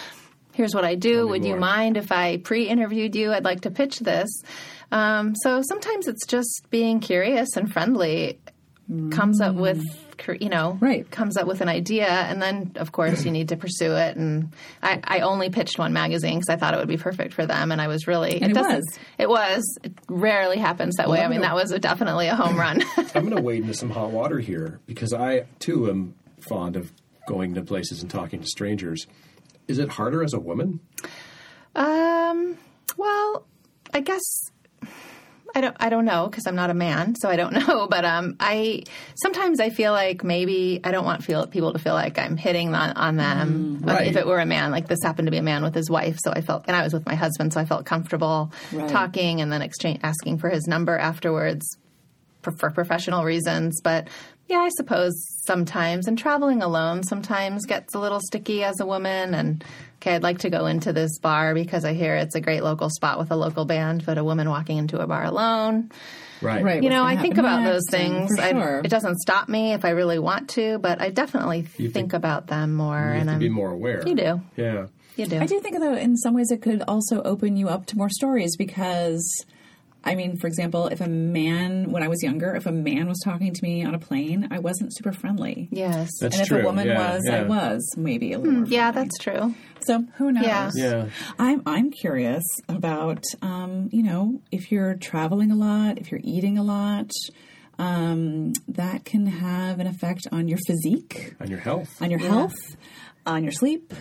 S4: "Here's what I do.
S1: me
S4: Would you
S1: more."
S4: mind if I pre-interviewed you? I'd like to pitch this." Um, so sometimes it's just being curious and friendly comes up with cr- you know
S2: Right.
S4: comes up with an idea and then of course you need to pursue it and i, I only pitched one magazine because i thought it would be perfect for them and i was really
S2: And it
S4: doesn't-
S2: was.
S4: it was it rarely happens that way i
S1: I'm
S4: mean
S1: gonna-
S4: that was a- definitely a home run
S1: I'm going to wade into some hot water here because I too am fond of going to places and talking to strangers. Is it harder as a woman?
S4: um well i guess I don't, I don't know because I'm not a man, so I don't know. But um, I sometimes I feel like maybe I don't want feel, people to feel like I'm hitting on, on them. Like,
S1: right.
S4: If it were a man, like this happened to be a man with his wife, so I felt, and I was with my husband, so I felt comfortable
S2: Right.
S4: talking and then exchange asking for his number afterwards. for, for professional reasons, but yeah, I suppose sometimes. And traveling alone sometimes gets a little sticky as a woman. And okay, I'd like to go into this bar because I hear it's a great local spot with a local band, but a woman walking into a bar alone.
S1: Right.
S6: Right.
S4: You
S6: what's
S4: know,
S6: gonna
S4: I think
S6: happen
S4: about those
S6: next, and
S4: things.
S6: for
S4: I-
S6: sure.
S4: it doesn't stop me if I really want to, but I definitely think,
S1: think-
S4: about them more.
S1: You
S4: and
S1: have to
S4: I'm,
S1: be more aware.
S4: You do.
S1: Yeah.
S4: You do.
S2: I do think though, in some ways, it could also open you up to more stories because, I mean, for example, if a man, when I was younger, if a man was talking to me on a plane, I wasn't super friendly.
S4: Yes.
S1: That's
S2: and if
S1: true.
S2: a woman
S1: yeah,
S2: was,
S1: yeah.
S2: I was maybe a little. more
S4: yeah, that's true.
S2: So who knows?
S4: Yeah.
S1: Yeah.
S2: I'm I'm curious about um, you know if you're traveling a lot, if you're eating a lot, um, that can have an effect on your physique,
S1: On your health,
S2: on your health, on your sleep.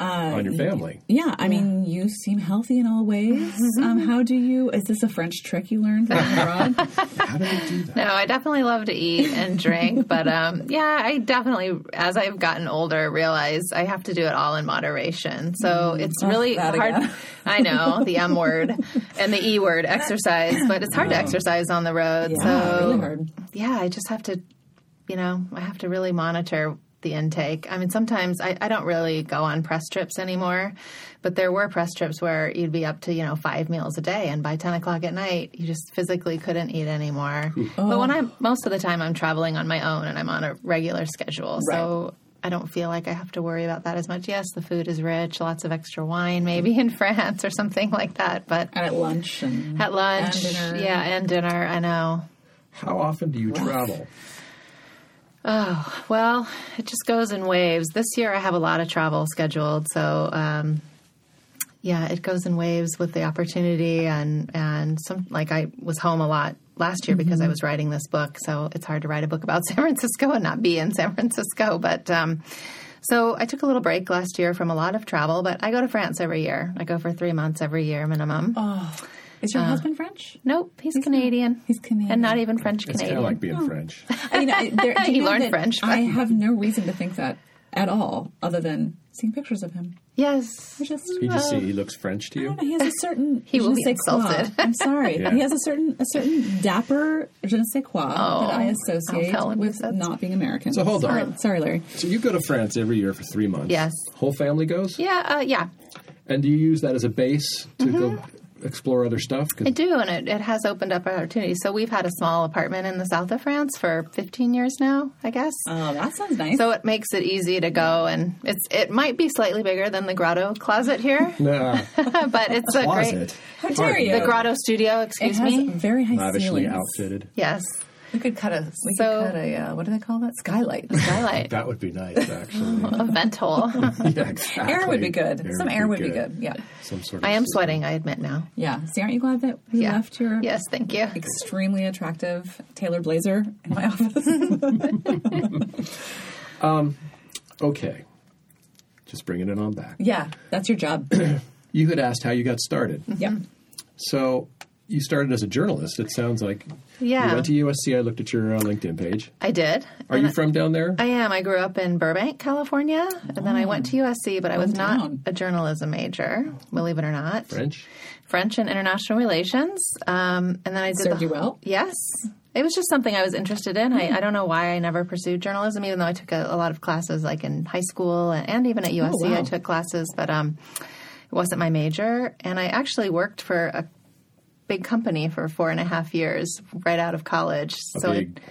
S2: Uh,
S1: on your family.
S2: Yeah, I mean, you seem healthy in all ways.
S4: Mm-hmm.
S2: um, how do you? Is this a French trick you learned from abroad?
S1: How do they do that?
S4: No, I definitely love to eat and drink, but um, yeah, I definitely, as I've gotten older, realize I have to do it all in moderation. So it's really
S2: that
S4: hard.
S2: again.
S4: I know the M word and the E word exercise, but it's hard to exercise on the road. so
S2: really hard.
S4: yeah, I just have to, you know, I have to really monitor the intake. I mean, sometimes I, I don't really go on press trips anymore, but there were press trips where you'd be up to, you know, five meals a day. And by 10 o'clock at night, you just physically couldn't eat anymore. But
S2: Oh.
S4: when I'm, most of the time, I'm traveling on my own and I'm on a regular schedule. So I don't feel like I have to worry about that as much. Yes, the food is rich, lots of extra wine, maybe in France or something like that. But
S2: And at lunch and
S4: at lunch,
S2: dinner.
S4: yeah, and dinner, I know.
S1: How often do you travel?
S4: Well, it just goes in waves. This year I have a lot of travel scheduled, so um, yeah, it goes in waves with the opportunity and and some like I was home a lot last year because I was writing this book, so it's hard to write a book about San Francisco and not be in San Francisco, but. Um, so I took a little break last year from a lot of travel, but I go to France every year. I go for three months every year minimum.
S2: is
S4: Uh-huh.
S2: your husband French?
S4: nope, he's, Canadian.
S2: he's Canadian.
S4: and not even French
S1: It's kind
S4: Canadian.
S1: of like
S2: Oh.
S1: being French.
S2: I mean, I, there, do
S4: He
S2: you know
S4: learned
S2: that
S4: French, but-
S2: I have no reason to think that at all, other than seeing pictures of him.
S4: yes,
S2: Just
S1: You just see he looks French to you.
S2: No, he has a certain
S4: He will
S2: je ne
S4: be
S2: sais quoi.
S4: insulted.
S2: I'm sorry.
S1: Yeah.
S2: He has a certain a certain dapper je ne sais quoi that I
S4: Oh, I'll
S2: associate
S4: tell him
S2: with
S4: that's-
S2: not being American.
S1: So hold
S2: sorry.
S1: on.
S2: Sorry, Larry.
S1: So you go to France every year for three months.
S4: Yes.
S1: Whole family goes?
S4: yeah, uh, yeah.
S1: And do you use that as a base to go
S2: Mm-hmm.
S1: explore other stuff? 'Cause
S4: I do, and it, it has opened up opportunities. So we've had a small apartment in the south of France for 15 years now, I guess.
S2: Oh, that sounds nice.
S4: so it makes it easy to go, and it's it might be slightly bigger than the Grotto closet here,
S1: Nah,
S4: but it's a
S1: closet.
S4: great
S2: How dare
S1: Pardon.
S2: you.
S4: the Grotto studio.
S2: it
S4: Excuse
S2: has
S4: me.
S2: very high
S1: Lavishly
S2: ceilings.
S1: outfitted.
S4: Yes,
S6: We could cut a. We
S4: So-
S6: could cut a. Uh, what do they call that? Skylight.
S4: skylight,
S1: That would be nice, actually.
S4: a vent hole.
S1: yeah, exactly.
S2: Air would be good. Some air would be good. Yeah.
S1: Some sort of
S4: I am
S1: system.
S4: sweating. I admit now.
S2: Yeah. See, aren't you glad that we
S4: Yeah.
S2: left your
S4: Yes, thank you.
S2: extremely attractive Taylor blazer in my office?
S1: Okay. Just bringing it on back.
S2: yeah, that's your job.
S1: You had asked how you got started.
S2: yeah.
S1: So you started as a journalist. It sounds like
S4: Yeah.
S1: you went to USC. I looked at your uh, LinkedIn page.
S4: I did.
S1: Are you from down there?
S4: I am. I grew up in Burbank, California, and then I went to USC, but I was not
S2: Oh. Hometown.
S4: a journalism major, believe it or not.
S1: French.
S4: French and international relations. Um, and then I did
S2: Served
S4: the,
S2: you well?
S4: Yes, it was just something I was interested in. I, I don't know why I never pursued journalism, even though I took a, a lot of classes, like in high school and, and even at USC, I
S2: wow.
S4: took classes, but um, it wasn't my major. And I actually worked for a big company for four and a half years right out of college. so
S1: big
S4: it,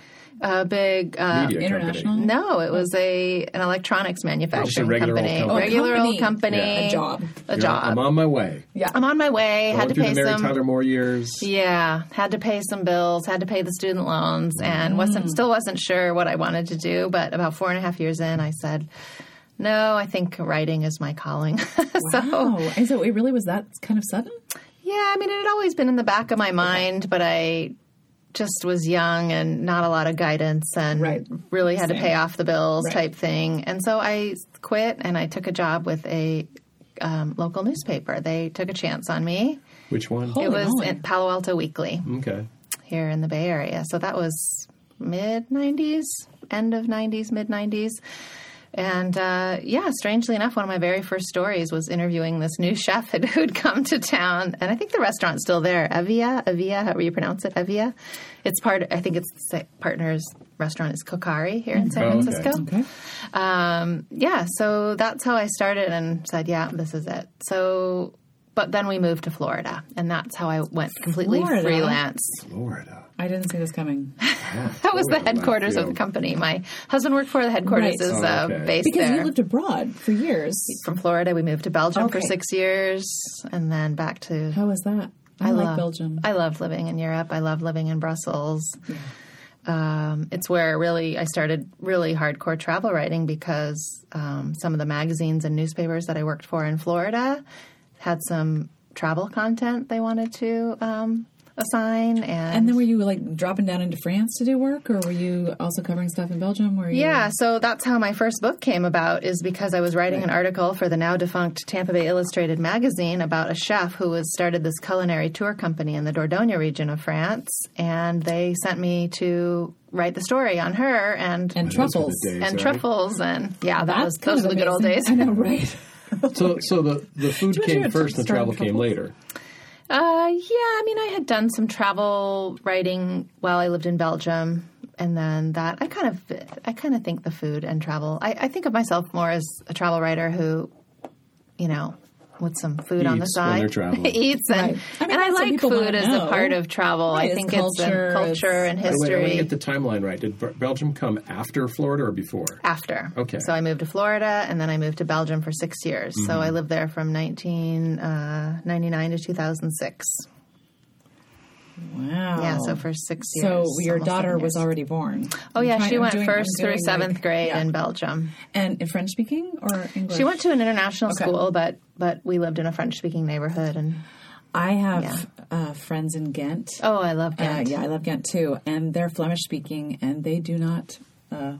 S4: a big uh,
S1: Media
S2: international?
S1: company.
S4: no, it was a an electronics manufacturing
S1: regular old
S4: company.
S1: company.
S4: regular old
S2: company.
S4: company.
S1: Yeah.
S2: A job.
S4: A
S1: You're-
S4: job.
S1: I'm on my way.
S2: Yeah.
S4: I'm on my way.
S1: I
S4: had to
S1: went through
S4: pay
S1: the Mary
S4: some.
S1: Tyler Moore years.
S4: Yeah, had to pay some bills, had to pay the student loans, and
S2: Mm.
S4: wasn't still wasn't sure what I wanted to do. But about four and a half years in, I said, "No, I think writing is my calling." so
S2: Oh, and so it really was that kind of sudden?
S4: yeah, I mean, it had always been in the back of my mind, but I just was young and not a lot of guidance and
S2: Right.
S4: really had to pay off the bills
S2: Right.
S4: type thing. And so I quit and I took a job with a um, local newspaper. They took a chance on me.
S1: Which one?
S4: It was
S2: moly.
S4: in Palo Alto Weekly.
S1: Okay.
S4: here in the Bay Area. So that was mid 90s, end of 90s, mid 90s. And uh, yeah, strangely enough, one of my very first stories was interviewing this new chef who'd come to town. And I think the restaurant's still there, Evia. Evia, however you pronounce it, Evia. It's part. I think it's the partner's restaurant is Kokari here in San
S1: Oh, okay.
S4: Francisco. Um, yeah, so that's how I started and said, yeah, this is it. So, but then we moved to Florida, and that's how I went completely
S2: Florida?
S4: freelance.
S1: Florida.
S2: I didn't see this coming.
S4: That was the headquarters of the company. My husband worked for the headquarters
S2: Right.
S4: is
S1: Oh,
S4: uh,
S1: okay.
S4: based
S2: Because
S4: there.
S2: you lived abroad for years.
S4: From Florida, we moved to Belgium for
S2: Okay.
S4: six years, and then back to
S2: How was that? I, like
S4: love-
S2: Belgium.
S4: I love living in Europe. I love living in Brussels. Um, it's where really I started really hardcore travel writing because um, some of the magazines and newspapers that I worked for in Florida had some travel content they wanted to um, assign, and,
S2: and then were you like dropping down into France to do work, or were you also covering stuff in Belgium? Were you?
S4: Yeah, so that's how my first book came about is because I was writing an article for the now defunct Tampa Bay Illustrated magazine about a chef who was started this culinary tour company in the Dordogne region of France and they sent me to write the story on her and
S2: And
S4: and,
S2: truffles.
S1: days. Sorry.
S4: truffles and yeah, that was
S2: That's kind
S4: those
S2: of
S4: were the good old
S2: amazing.
S4: days.
S2: I know, right?
S1: So, so the, the food
S2: you do
S1: came
S2: a
S1: first and
S2: start
S1: travel
S2: in
S1: came
S2: trouble?
S1: later.
S4: Uh, yeah, I mean, I had done some travel writing while I lived in Belgium, and then that I kind of, I kind of think the food and travel. I, I think of myself more as a travel writer who, you know, with some food on the
S1: Eats when they're
S4: side,
S1: traveling.
S4: eats, and
S2: Right. I mean,
S4: and I
S2: that's what
S4: like
S2: people wanna
S4: food as a
S2: know.
S4: part of travel.
S2: Right,
S4: I
S2: it's
S4: think
S2: culture,
S4: it's in culture
S2: it's-
S4: and
S1: Wait, I
S4: history.
S1: want to get the timeline right. Did Bel- Belgium come after Florida or before?
S4: after.
S1: Okay.
S4: So I moved to Florida and then I moved to Belgium for six years. So
S1: Mm-hmm.
S4: I lived there from 1999 to 2006.
S2: Wow.
S4: Yeah, so for six years.
S2: So your
S4: almost
S2: daughter
S4: seven
S2: was
S4: years.
S2: already born.
S4: Oh yeah, she went
S2: first
S4: first through seventh grade in Belgium.
S2: and in French speaking or English.
S4: She went to an international
S2: Okay.
S4: school, but but we lived in a French speaking neighborhood, and
S2: I have
S4: Yeah.
S2: uh, friends in Ghent.
S4: oh, I love
S2: Uh,
S4: Ghent.
S2: yeah, I love Ghent too, and they're Flemish speaking, and they do not. Uh,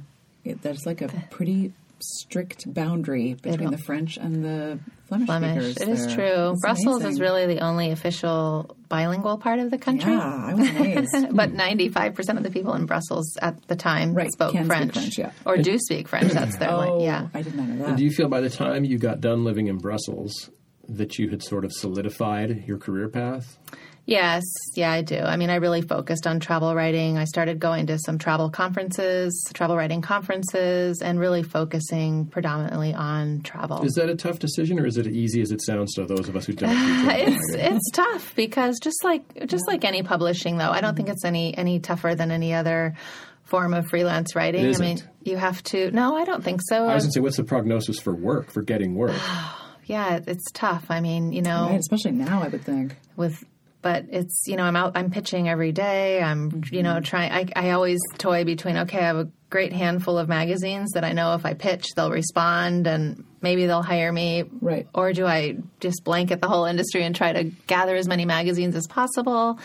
S2: it, there's like a pretty strict boundary between
S4: don't-
S2: the French and the Flemish,
S4: Flemish.
S2: speakers.
S4: It is
S2: there.
S4: true.
S2: It's
S4: Brussels is
S2: amazing.
S4: really the only official bilingual part of the country.
S2: Yeah, I was amazed.
S4: But ninety-five percent of the people in Brussels at the time
S2: Right,
S4: spoke
S2: can speak
S4: French,
S2: French, yeah.
S4: or do speak French. That's their
S2: oh,
S4: language. yeah.
S2: I did not know
S1: Do
S2: that.
S1: you feel by the time you got done living in Brussels that you had sort of solidified your career path?
S4: Yes, yeah, I do. I mean, I really focused on travel writing. I started going to some travel conferences, travel writing conferences, and really focusing predominantly on travel.
S1: Is that a tough decision or is it easy as it sounds to those of us who don't? do travel?
S4: it's it's tough because just like just like any publishing though, I don't think it's any any tougher than any other form of freelance writing.
S1: It
S4: I mean,
S1: isn't.
S4: you have to. No, I don't think so.
S1: I was going to say, what's the prognosis for work, for getting work?
S4: yeah, it- it's tough. I mean, you know,
S2: Right, especially now, I would think.
S4: with but it's you know i'm out i'm pitching every day i'm you
S2: Mm-hmm.
S4: know trying I, I always toy between okay i have a great handful of magazines that i know if i pitch they'll respond and maybe they'll hire me
S2: Right.
S4: or do i just blanket the whole industry and try to gather as many magazines as possible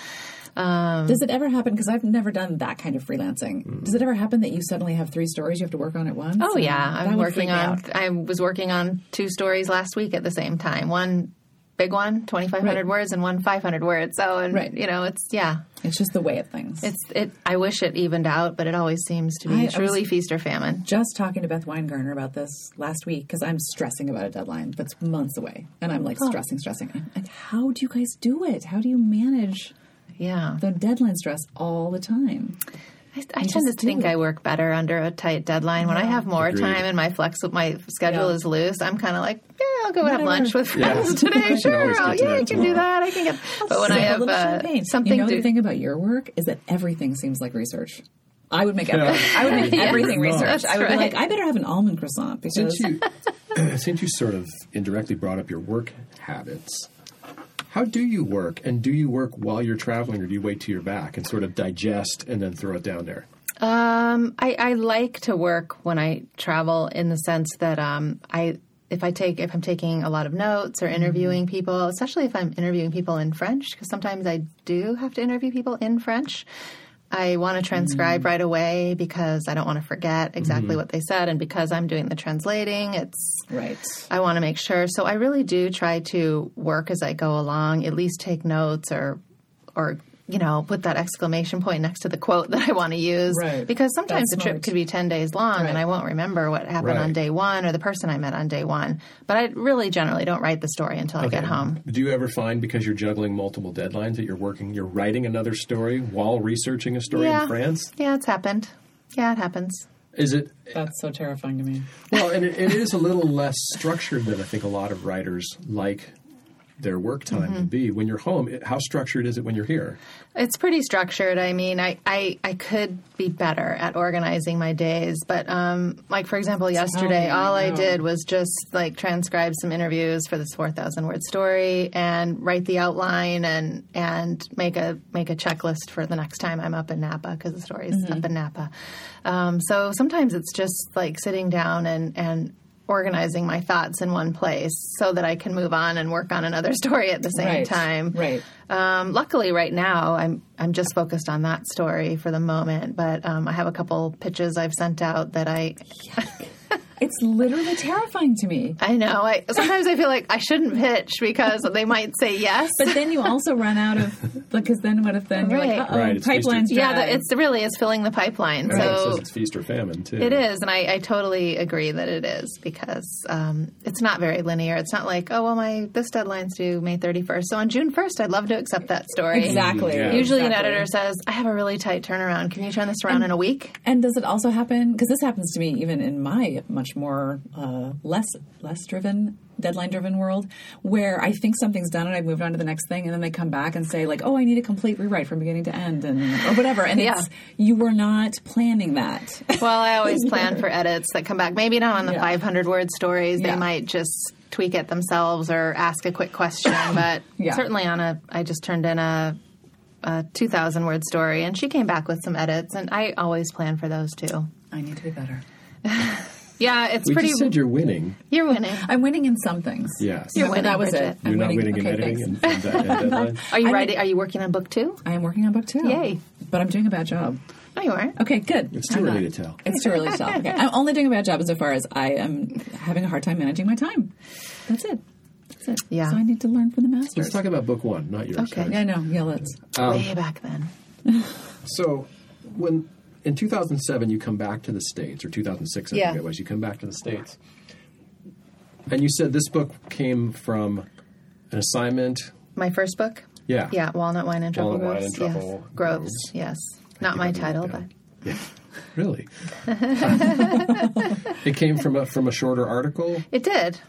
S4: Um,
S2: Does it ever happen? Because I've never done that kind of freelancing.
S1: Mm.
S2: Does it ever happen that you suddenly have three stories you have to work on at once?
S4: Oh yeah,
S2: That
S4: I'm
S2: would
S4: working
S2: freak me
S4: on.
S2: out.
S4: I was working on two stories last week at the same time. One big one, 2,500
S2: Right.
S4: words, and one 500 words. So, and
S2: Right.
S4: you know, it's yeah,
S2: It's just the way of things.
S4: it's it. I wish it evened out, but it always seems to
S2: I- I
S4: be
S2: was-
S4: truly feast or famine.
S2: just talking to Beth Weingartner about this last week because I'm stressing about a deadline that's months away, and I'm like stressing, stressing. And, and how do you guys do it? How do you manage
S4: Yeah,
S2: the deadline stress all the time?
S4: I, I tend to
S2: just do
S4: think
S2: it.
S4: I work better under a tight deadline. When I have more
S1: Agreed.
S4: time and my flex, my schedule
S2: Yeah.
S4: is loose, I'm kind of like, yeah, I'll go have
S2: Whatever.
S4: lunch with friends today.
S1: can always
S4: Sure,
S1: get
S4: I'll-
S1: to
S4: yeah,
S1: that
S4: I can do
S1: tomorrow.
S4: that. I can get. But when I
S2: Sip a
S4: have
S2: little
S4: uh,
S2: champagne.
S4: something
S2: you know
S4: to
S2: the thing about your work is that everything seems like research. I would make everything. I would make
S1: Yeah,
S2: everything
S1: you're not.
S2: research. I would be like,
S4: That's
S2: I better have an almond croissant because
S1: Since you, since you sort of indirectly brought up your work habits, how do you work? And do you work while you're traveling or do you wait till you're back and sort of digest and then throw it down there?
S4: Um, I, I like to work when I travel in the sense that um, I if I take if I'm taking a lot of notes or interviewing people, especially if I'm interviewing people in French, because sometimes I do have to interview people in French. I want to transcribe right away because I don't want to forget exactly what they said, and because I'm doing the translating, it's
S2: right.
S4: I want to make sure. So I really do try to work as I go along, at least take notes or or you know, put that exclamation point next to the quote that I want to use.
S2: Right.
S4: Because sometimes
S2: That's
S4: the trip
S2: smart.
S4: could be 10 days long
S2: Right.
S4: and I won't remember what happened
S1: Right.
S4: on day one or the person I met on day one. But I really generally don't write the story until I get home.
S1: Do you ever find because you're juggling multiple deadlines that you're working, you're writing another story while researching a story
S4: yeah.
S1: in France?
S4: Yeah, it's happened. Yeah, it happens.
S1: Is it
S2: That's so terrifying to me.
S1: well? And it, it is a little less structured than I think a lot of writers like their work time
S4: Mm-hmm.
S1: to be. When you're home, it, how structured is it when you're here?
S4: It's pretty structured. I mean, I, I, I could be better at organizing my days, but um, like for example, yesterday,
S2: I
S4: all I
S2: know.
S4: did was just like transcribe some interviews for this four thousand word story and write the outline and and make a make a checklist for the next time I'm up in Napa because the story's up in Napa. Um, so sometimes it's just like sitting down and and organizing my thoughts in one place so that I can move on and work on another story at the same
S2: Right.
S4: time.
S2: Right.
S4: Um, luckily, right now I'm I'm just focused on that story for the moment. But um, I have a couple pitches I've sent out that I
S2: It's literally terrifying to me.
S4: I know. I sometimes I feel like I shouldn't pitch because they might say yes.
S2: But then you also run out of because then what if then you're
S4: Right.
S2: like, uh oh,
S1: Right, it's
S2: pipelines
S1: wasted.
S4: yeah,
S2: dry.
S4: the, it's really is filling the pipeline.
S1: it
S4: So
S1: says it's feast or famine too.
S4: It is, and I, I totally agree that it is because um, it's not very linear. It's not like, oh, well, my this deadline's due May thirty first, so on June first, I'd love to accept that story.
S2: exactly.
S1: Yeah.
S4: Usually,
S2: Exactly.
S4: an editor says, "I have a really tight turnaround. Can you turn this around in a week?"
S2: And does it also happen? Because this happens to me even in my much more uh, less less driven deadline driven world, where I think something's done and I've moved on to the next thing, and then they come back and say like, "Oh, I need a complete rewrite from beginning to end," and or whatever. And it's you were not planning that.
S4: Well, I always plan for edits that come back. Maybe not on the
S2: Yeah.
S4: 500 word stories. They
S2: Yeah.
S4: might just tweak it themselves or ask a quick question. But
S2: Yeah.
S4: certainly on a, I just turned in a, a 2,000 word story and she came back with some edits. And I always plan for those too.
S2: I need to be better.
S4: Yeah, it's
S1: We
S4: pretty.
S1: just said you're winning.
S4: you're winning.
S2: I'm winning in some things.
S1: Yes.
S2: Remember,
S4: winning,
S2: that was
S4: Bridget.
S2: it.
S1: You're
S2: I'm
S1: not winning, in
S2: Okay,
S1: editing
S2: thanks.
S1: and, and, and deadlines.
S4: Are you
S2: I'm-
S4: writing? Are you working on book two?
S2: I am working on book two.
S4: Yay.
S2: But I'm doing a bad job.
S4: No, you aren't.
S2: Okay, good.
S1: It's too
S2: I'm
S1: early
S2: not-
S1: to tell.
S2: It's too early to tell. Okay. I'm only doing a bad job so far as I am having a hard time managing my time. That's it. That's it.
S4: Yeah.
S2: So I need to learn from the
S1: Let's
S2: masters.
S1: talk about book one, not yours.
S4: Okay.
S1: guys.
S2: yeah, I know. Yeah, let's.
S1: Um,
S4: Way back then.
S1: So, when in 2007 you come back to the states, or 2006, I
S4: Yeah.
S1: think it was, you come back to the states, and you said this book came from an assignment.
S4: My first book.
S1: Yeah.
S4: Yeah, Walnut Wine and Truffle
S1: Walnut Wine
S4: Groves.
S1: and Truffle
S4: yes. Groves.
S1: Groves.
S4: Yes. Not my title, but
S1: Yeah. Really? it came from a from a shorter article,
S4: it did.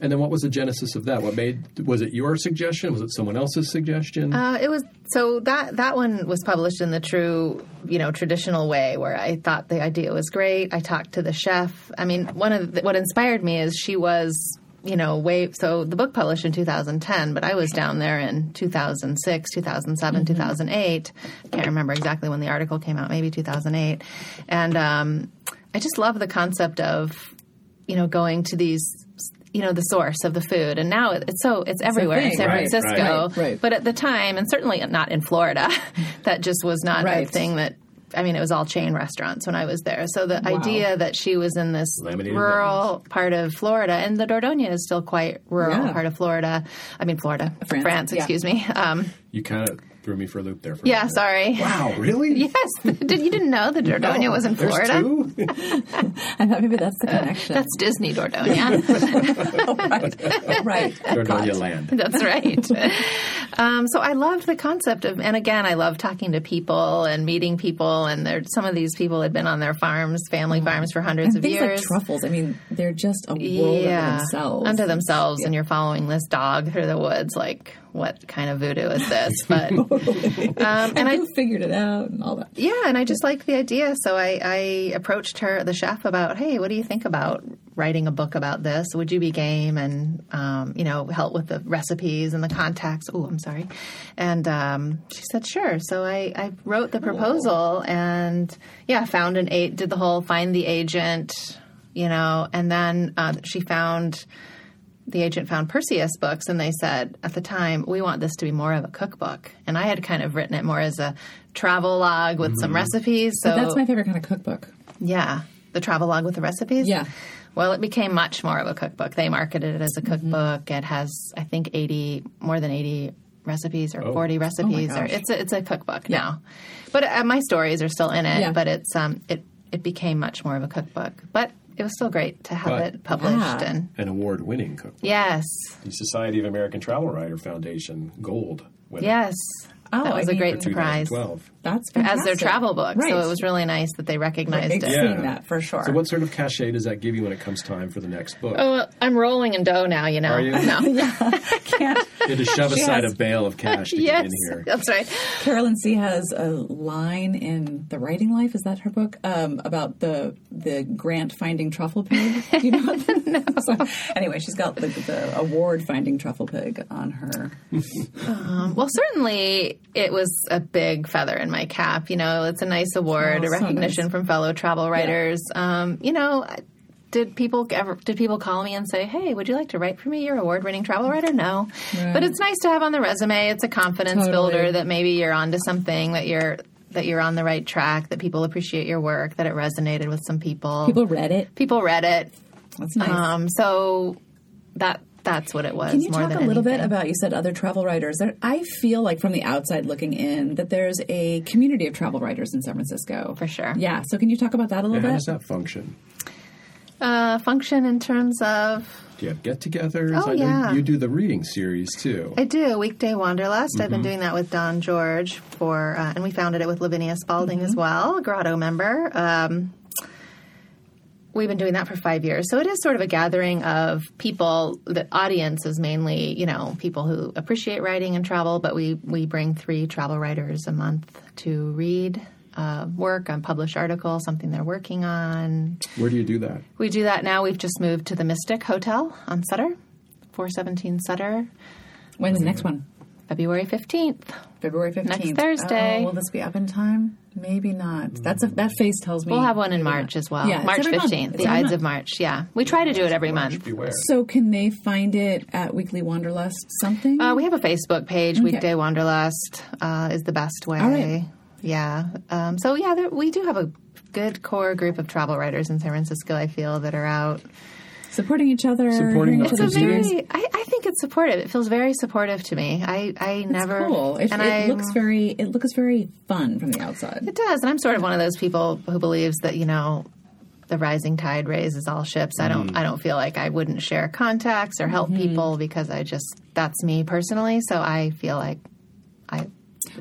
S1: and then what was the genesis of that? What made was it your suggestion? Was it someone else's suggestion?
S2: Mm-hmm.
S4: Uh, it was so that that one was published in the true, you know, traditional way, where I thought the idea was great. I talked to the chef. I mean, one of the, what inspired me is she was, you know, way. So the book published in 2010, but I was down there in 2006, 2007,
S2: Mm-hmm.
S4: 2008. I can't remember exactly when the article came out. Maybe 2008, and um, I just love the concept of, you know, going to these. You know the source of the food, and now it- it's so it's everywhere in
S2: thing,
S4: San
S2: right,
S4: Francisco.
S2: right, right.
S4: But at the time, and certainly not in Florida, that just was not
S2: Right.
S4: a thing that. I mean, it was all chain restaurants when I was there. So the idea that she was in this
S1: Laminated
S4: rural part of Florida, and the Dordogne is still quite rural
S2: Yeah.
S4: part of Florida. I mean, Florida,
S2: France,
S4: France,
S2: yeah.
S4: excuse me. Um,
S1: you kind of threw me for a loop there. For a
S4: yeah,
S1: minute.
S4: sorry.
S1: Wow, really?
S4: Yes, did you didn't know the Dordogne was in
S1: There's
S4: Florida?
S1: two?
S2: I thought maybe that's the connection.
S4: That's Disney Dordogne.
S2: right. right.
S1: Dordogne
S2: Epcot.
S1: land.
S4: That's right. um, so I love the concept of, and again, I love talking to people and meeting people. And there, some of these people had been on their farms, family farms, for hundreds
S2: Mm-hmm.
S4: of
S2: Things
S4: years.
S2: like truffles. I mean, they're just a world
S4: yeah,
S2: of themselves.
S4: unto themselves, and you're following this dog through the woods. Like, what kind of voodoo is this? But um, and I
S2: Who figured it out and all that?
S4: yeah, and I just liked the idea, so I, I approached her, the chef, about, hey, what do you think about writing a book about this? Would you be game and um, you know help with the recipes and the contacts? Oh, I'm sorry. And um, she said, sure. So I, I wrote the proposal, and yeah, found an eight, did the whole find the agent, you know, and then uh, she found the agent found Perseus books, and they said at the time, we want this to be more of a cookbook. And I had kind of written it more as a travel log with some recipes. So
S2: That's my favorite kind of cookbook.
S4: yeah, the travel log with the recipes.
S2: Yeah.
S4: Well, it became
S2: Mm-hmm.
S4: much more of a cookbook. They marketed it as a cookbook. It has, I think, eighty more than eighty recipes or 40 recipes or
S3: gosh.
S4: it's a, it's a cookbook now. But uh, my stories are still in it,
S2: Yeah.
S4: but it's um it it became much more of a cookbook. But it was still great to have
S1: Right.
S4: it published
S2: Yeah.
S4: and
S1: An award winning cookbook.
S4: yes.
S1: The Society of American Travel Writer Foundation Gold winner.
S4: Yes.
S2: Oh,
S4: that was
S2: I
S4: a
S2: mean-
S4: great
S1: for
S4: surprise
S1: 2012.
S2: That's
S4: as
S2: fantastic.
S4: their travel book.
S2: Right.
S4: So it was really nice that they recognized
S2: They've
S4: it.
S1: Yeah.
S2: seen that for sure.
S1: So, what sort of cachet does that give you when it comes time for the next book?
S4: Oh, I'm rolling in dough now, you know.
S1: Are you?
S4: No.
S2: Can't-
S1: You had to shove aside
S2: Yes.
S1: a bale of cash to get
S4: yes.
S1: in here.
S4: That's right.
S2: Carolyn C has a line in The Writing Life. Is that her book um, about the the grant finding truffle pig? Do you know? what that is? So, anyway, she's got the, the award finding truffle pig on her.
S4: Well, certainly it was a big feather in my cap. You know, it's a nice award,
S2: Oh,
S4: a
S2: so
S4: recognition from fellow travel writers. Um, you know, I- did people ever did people call me and say, "Hey, would you like to write for me? You're an award-winning travel writer." No, but it's nice to have on the resume. It's a confidence
S2: Totally.
S4: builder that maybe you're onto something that you're that you're on the right track. That people appreciate your work. That it resonated with some people.
S2: People read it.
S4: People read it.
S2: That's nice.
S4: Um, so that that's what it was.
S2: Can you
S4: more
S2: talk a
S4: than
S2: little bit
S4: anything.
S2: about you said other travel writers? There, I feel like from the outside looking in that there's a community of travel writers in San Francisco
S4: For sure.
S2: Yeah. So can you talk about that a little
S1: How
S2: bit?
S1: does that function?
S4: uh, function in terms of
S1: Do you have get togethers?
S4: Oh,
S1: I know
S4: yeah.
S1: You do the reading series too.
S4: I do weekday wanderlust. I've been doing that with Don George for, uh, and we founded it with Lavinia Spalding as well, a Grotto member. Um, we've been doing that for five years, so it is sort of a gathering of people. The audience is mainly, you know, people who appreciate writing and travel, but we we bring three travel writers a month to read. Uh, work on published article, something they're working on,
S1: Where do you do that?
S4: we do that now. We've just moved to the Mystic Hotel on Sutter, 417 Sutter,
S2: When's the next one?
S4: February 15th.
S2: February fifteenth. Oh,
S4: Thursday.
S2: will this be up in time? Maybe not. That's a, that phase tells me
S4: We'll have one in March as well.
S2: Yeah, it's
S4: March
S2: every month.
S4: 15th,
S2: It's
S4: the
S2: every
S4: Ides
S2: month.
S4: of March. Yeah. We try to do it every month.
S1: Beware.
S2: So can they find it at Weekly Wanderlust something?
S4: Uh, we have a Facebook page, Weekday Wanderlust uh, is the best way.
S2: right.
S4: Yeah. Um, so, yeah, there, we do have a good core group of travel writers in San Francisco, I feel, that are out.
S2: supporting each other.
S1: Supporting
S2: hearing
S1: each
S2: each
S4: It's a
S1: other's
S2: other's
S1: Considering-
S4: very, I, I think it's supportive. It feels very supportive to me. I, I never.
S2: cool. It,
S4: and
S2: it
S4: I-
S2: looks very. It looks very fun from the outside.
S4: It does, and I'm sort of one of those people who believes that you know the rising tide raises all ships. I
S1: Mm.
S4: don't. I don't feel like I wouldn't share contacts or help
S2: Mm-hmm.
S4: people because I just that's me personally. So I feel like I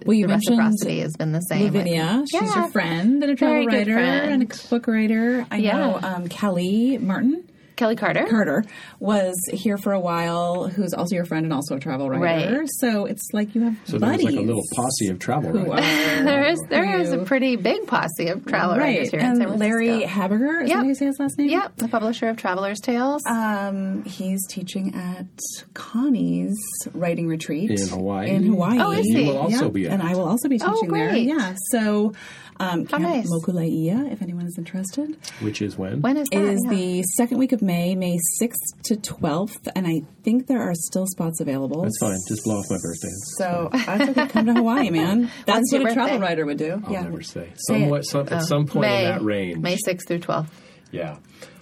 S2: Well, you
S4: the
S2: mentioned
S4: reciprocity has been the same.
S2: Lavinia, she's
S4: Yeah.
S2: your friend and a travel
S4: Very good
S2: writer
S4: friend.
S2: and a cookbook writer. I
S4: Yeah.
S2: know um, Kelly Martin.
S4: Kelly Carter.
S2: Carter was here for a while, who's also your friend and also a travel writer.
S4: Right.
S2: So it's like you have
S1: So there's
S2: buddies.
S1: like a little posse of travel
S2: who
S1: writers.
S2: are-
S4: There is there is a pretty big posse of travel writers
S2: right.
S4: here in San
S2: And
S4: Francisco.
S2: Larry Haberger, is that
S4: Yep.
S2: how you say his last name?
S4: yeah, the publisher of Traveler's Tales.
S2: Um, he's teaching at Connie's writing retreat
S1: In Hawaii.
S2: In Hawaii.
S4: Oh, is
S1: You
S4: he?
S1: will also
S2: Yep,
S1: be at
S2: and I will also be teaching
S4: Oh,
S2: there.
S4: great.
S2: Yeah, so um, Camp
S4: nice.
S2: Mokulea, if anyone is interested,
S1: which is when?
S4: when is that?
S2: is
S4: Yeah.
S2: the second week of May, May sixth to twelfth, and I think there are still spots available.
S1: That's fine. Just blow off my birthday.
S2: So I took it come to Hawaii, man. That's
S4: When's your
S2: what a travel
S4: birthday?
S2: writer would do.
S1: I'll
S2: yeah.
S1: never say. Somewhat, some, at some point
S4: Oh. May,
S1: in that range.
S4: May sixth through twelfth.
S2: Oh.
S1: Yeah.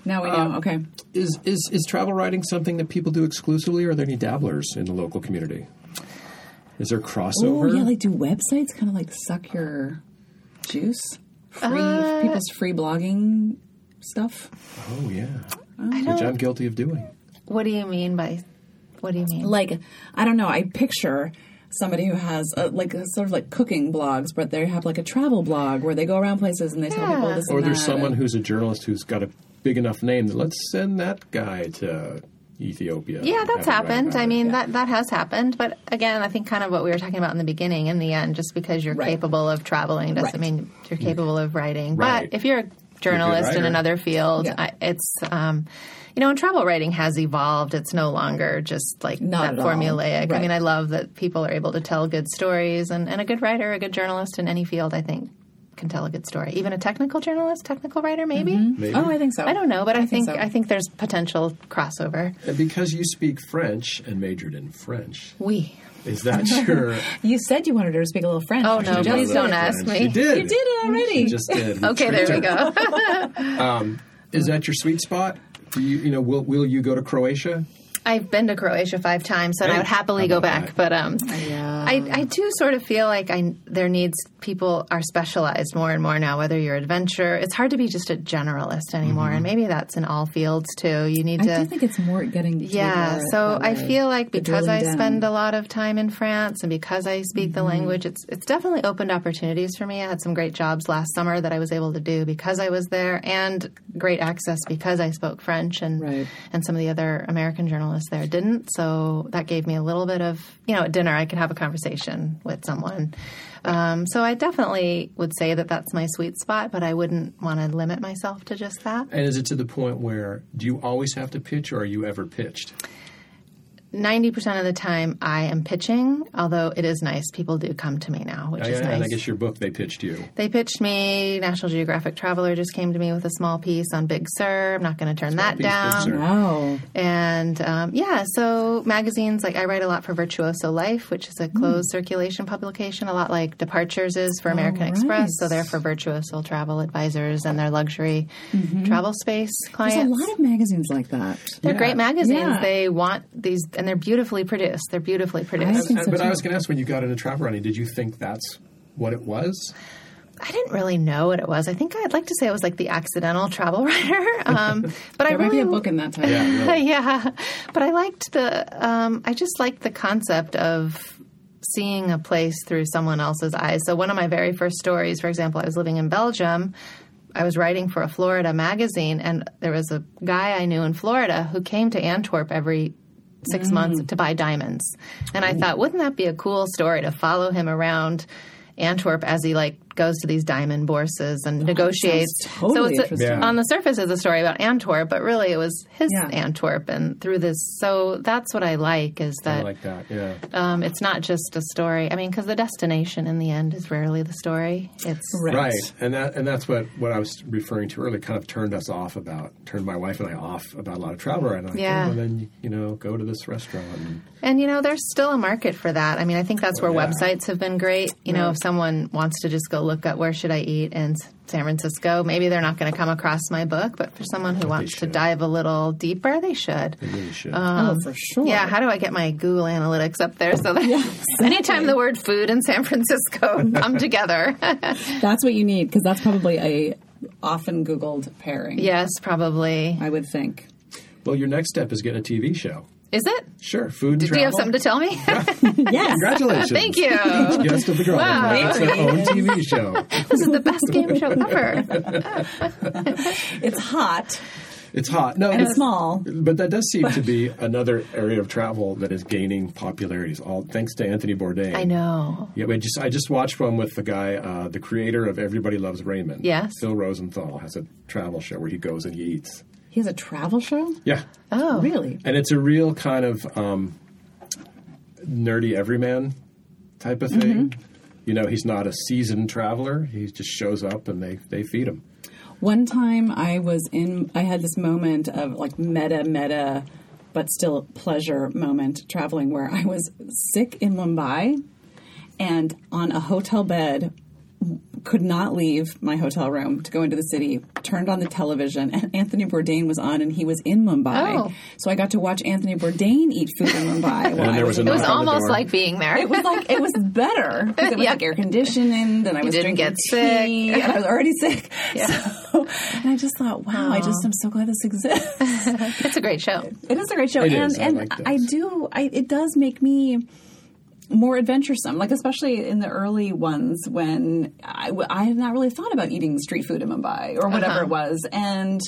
S2: Now we know.
S1: um,
S2: okay.
S1: Is, is is travel writing something that people do exclusively, or are there any dabblers in the local community? Is there
S2: Oh
S1: crossover?
S2: yeah, like do websites kind of like suck your juice? Free
S4: Uh,
S2: people's free blogging stuff.
S1: oh yeah, which I'm guilty of doing.
S4: What do you mean by? What do you mean?
S2: like I don't know. I picture somebody who has a, like a, sort of like cooking blogs, but they have like a travel blog where they go around places and they tell people this.
S1: Or
S2: and
S1: there's
S2: that.
S1: someone who's a journalist who's got a big enough name that let's send that guy to Ethiopia.
S4: Yeah,
S1: and
S4: that's
S1: have him write
S4: happened.
S1: about
S4: I
S1: it.
S4: mean, that that has happened. But again, I think kind of what we were talking about in the beginning. In the end, just because you're capable of traveling
S2: Right.
S4: doesn't mean you're capable of writing.
S1: Right.
S4: But if you're a journalist in
S1: writer.
S4: another field,
S2: Yeah.
S4: I, it's um, you know, and travel writing has evolved. It's no longer just like
S2: Not
S4: that
S2: at all.
S4: formulaic. I
S2: Right.
S4: mean, I love that people are able to tell good stories, and, and a good writer, a good journalist in any field, I think, can tell a good story. Even a technical journalist, technical writer, maybe.
S1: Mm-hmm.
S2: Oh, I think so.
S4: I don't know, but I, think,
S2: so.
S4: I think there's potential crossover.
S1: And because you speak French and majored in French,
S4: We.
S1: is that your?
S2: You said you wanted her to speak a little French.
S4: Oh,
S2: She
S4: no,
S2: just
S4: please don't
S2: did.
S4: ask me.
S1: You did.
S2: You did it already.
S1: You just did.
S4: Okay, there we
S1: Tricked her.
S4: go.
S1: Is that your sweet spot? Do you, you know, will will you go to Croatia?
S4: I've been to Croatia five times, and I
S7: Hey,
S4: would happily
S7: how
S4: go
S7: about that?
S4: back. But um, I, I do sort of feel like I there needs people are specialized more and more now. Whether you're adventure, it's hard to be just a generalist anymore, and maybe that's in all fields too. You need
S2: I
S4: to
S2: do think it's more getting. to
S4: yeah,
S2: the-
S4: so
S2: the
S4: I
S2: way,
S4: feel like
S2: the
S4: because I
S2: drilling
S4: spend
S2: down.
S4: a lot of time in France and because I speak
S2: Mm-hmm.
S4: the language, it's it's definitely opened opportunities for me. I had some great jobs last summer that I was able to do because I was there, and great access because I spoke French and
S2: Right.
S4: and some of the other American journalists there didn't. So that gave me a little bit of you know at dinner I could have a conversation with someone. Um, so I definitely would say that that's my sweet spot, but I wouldn't want to limit myself to just that.
S1: And is it to the point where do you always have to pitch, or are you ever pitched?
S4: 90% of the time I am pitching, although it is nice. People do come to me now, which
S1: I,
S4: is
S1: and I
S4: nice.
S1: guess your book they pitched you.
S4: they pitched me. National Geographic Traveler just came to me with a small piece on Big Sur. I'm not going to turn that
S1: piece, Big
S4: down.
S1: Sur.
S2: Wow.
S4: And um, yeah, so magazines like I write a lot for Virtuoso Life, which is a
S1: Hmm.
S4: closed circulation publication, a lot like Departures is for American
S2: right.
S4: Express. So they're for Virtuoso travel advisors and their luxury
S1: Mm-hmm.
S4: travel space clients.
S2: There's a lot of magazines like that.
S4: they're
S1: Yeah.
S4: great magazines.
S2: Yeah.
S4: They want these, and they're beautifully produced. They're beautifully produced.
S2: think
S1: Uh,
S2: so,
S1: but I
S2: too.
S1: was going to ask when you got into travel running, did you think that's what it was?
S4: I didn't really know what it was. I think I'd like to say I was like the accidental travel writer. Um, but I
S2: There might
S4: really
S2: be a book in that title.
S4: yeah, but I liked the. Um, I just liked the concept of seeing a place through someone else's eyes. So one of my very first stories, for example, I was living in Belgium. I was writing for a Florida magazine, and there was a guy I knew in Florida who came to Antwerp every
S2: Mm.
S4: six months to buy diamonds. And I thought, wouldn't that be a cool story to follow him around Antwerp as he like goes to these diamond bourses and negotiates? so
S2: Oh, totally
S4: it's a-
S2: interesting.
S1: Yeah.
S4: on the surface is a story about Antwerp, but really it was his
S2: Yeah.
S4: Antwerp, and through this, so that's what I like is
S1: I
S4: that
S1: like that. Yeah.
S4: um, it's not just a story. I mean, because the destination in the end is rarely the story. It's
S1: Right. And that and that's what, what I was referring to earlier kind of turned us off about turned my wife and I off about a lot of travel right now. Like,
S4: Yeah.
S1: oh, well, then you know, go to this restaurant and
S4: And you know, there's still a market for that. I mean, I think that's where
S1: Oh, Yeah.
S4: websites have been great. You know, if someone wants to just go look at where should I eat in S- San Francisco, maybe they're not going to come across my book, but for someone who wants to
S1: should.
S4: dive a little deeper, they should.
S1: really should.
S4: Uh,
S2: oh, for sure.
S4: Yeah, how do I get my Google Analytics up there so that anytime the word food in San Francisco come together?
S2: That's what you need because that's probably a often Googled pairing.
S4: yes, probably.
S2: I would think.
S1: well, your next step is getting a TV show.
S4: Is it?
S1: Sure, food.
S4: Do you have something to tell me?
S2: Yes.
S1: Congratulations!
S4: Thank you.
S1: Guest of the girl.
S4: Wow.
S1: It's her own TV show.
S4: This is the best game show ever.
S2: It's hot
S1: It's hot. No,
S2: and
S1: it's
S2: small.
S1: But that does seem to be another area of travel that is gaining popularity. It's All thanks to Anthony Bourdain.
S4: I know.
S1: Yeah, we just I just watched one with the guy, uh, the creator of Everybody Loves Raymond.
S4: Yes.
S1: Phil Rosenthal has a travel show where he goes and he eats.
S2: He has a travel show?
S1: Yeah,
S4: Oh.
S2: Really?
S1: and it's a real kind of um, nerdy everyman type of thing.
S4: Mm-hmm.
S1: You know, he's not a seasoned traveler. He just shows up and they they feed him.
S2: One time I was in, I had this moment of like meta, meta, but still pleasure moment traveling where I was sick in Mumbai and on a hotel bed, could not leave my hotel room to go into the city, turned on the television, and Anthony Bourdain was on and he was in Mumbai.
S4: Oh.
S2: So I got to watch Anthony Bourdain eat food in Mumbai. while
S1: then there
S2: I
S1: was a
S4: It was
S1: Knock on the
S4: almost
S1: door.
S4: like being there.
S2: it was like it was better 'cause it was
S4: Yeah.
S2: like air conditioned, and I was drinking
S4: didn't get sick.
S2: tea, and I was already sick. So, and I just thought, wow, I just am so glad this exists.
S4: It's a great show.
S2: It is a great show,
S1: It
S2: and
S1: is. I
S2: and
S1: like
S2: I
S1: this.
S2: do. I, it does make me more adventuresome, like especially in the early ones when I, w- I had not really thought about eating street food in Mumbai or whatever
S4: Uh-huh.
S2: it was, and.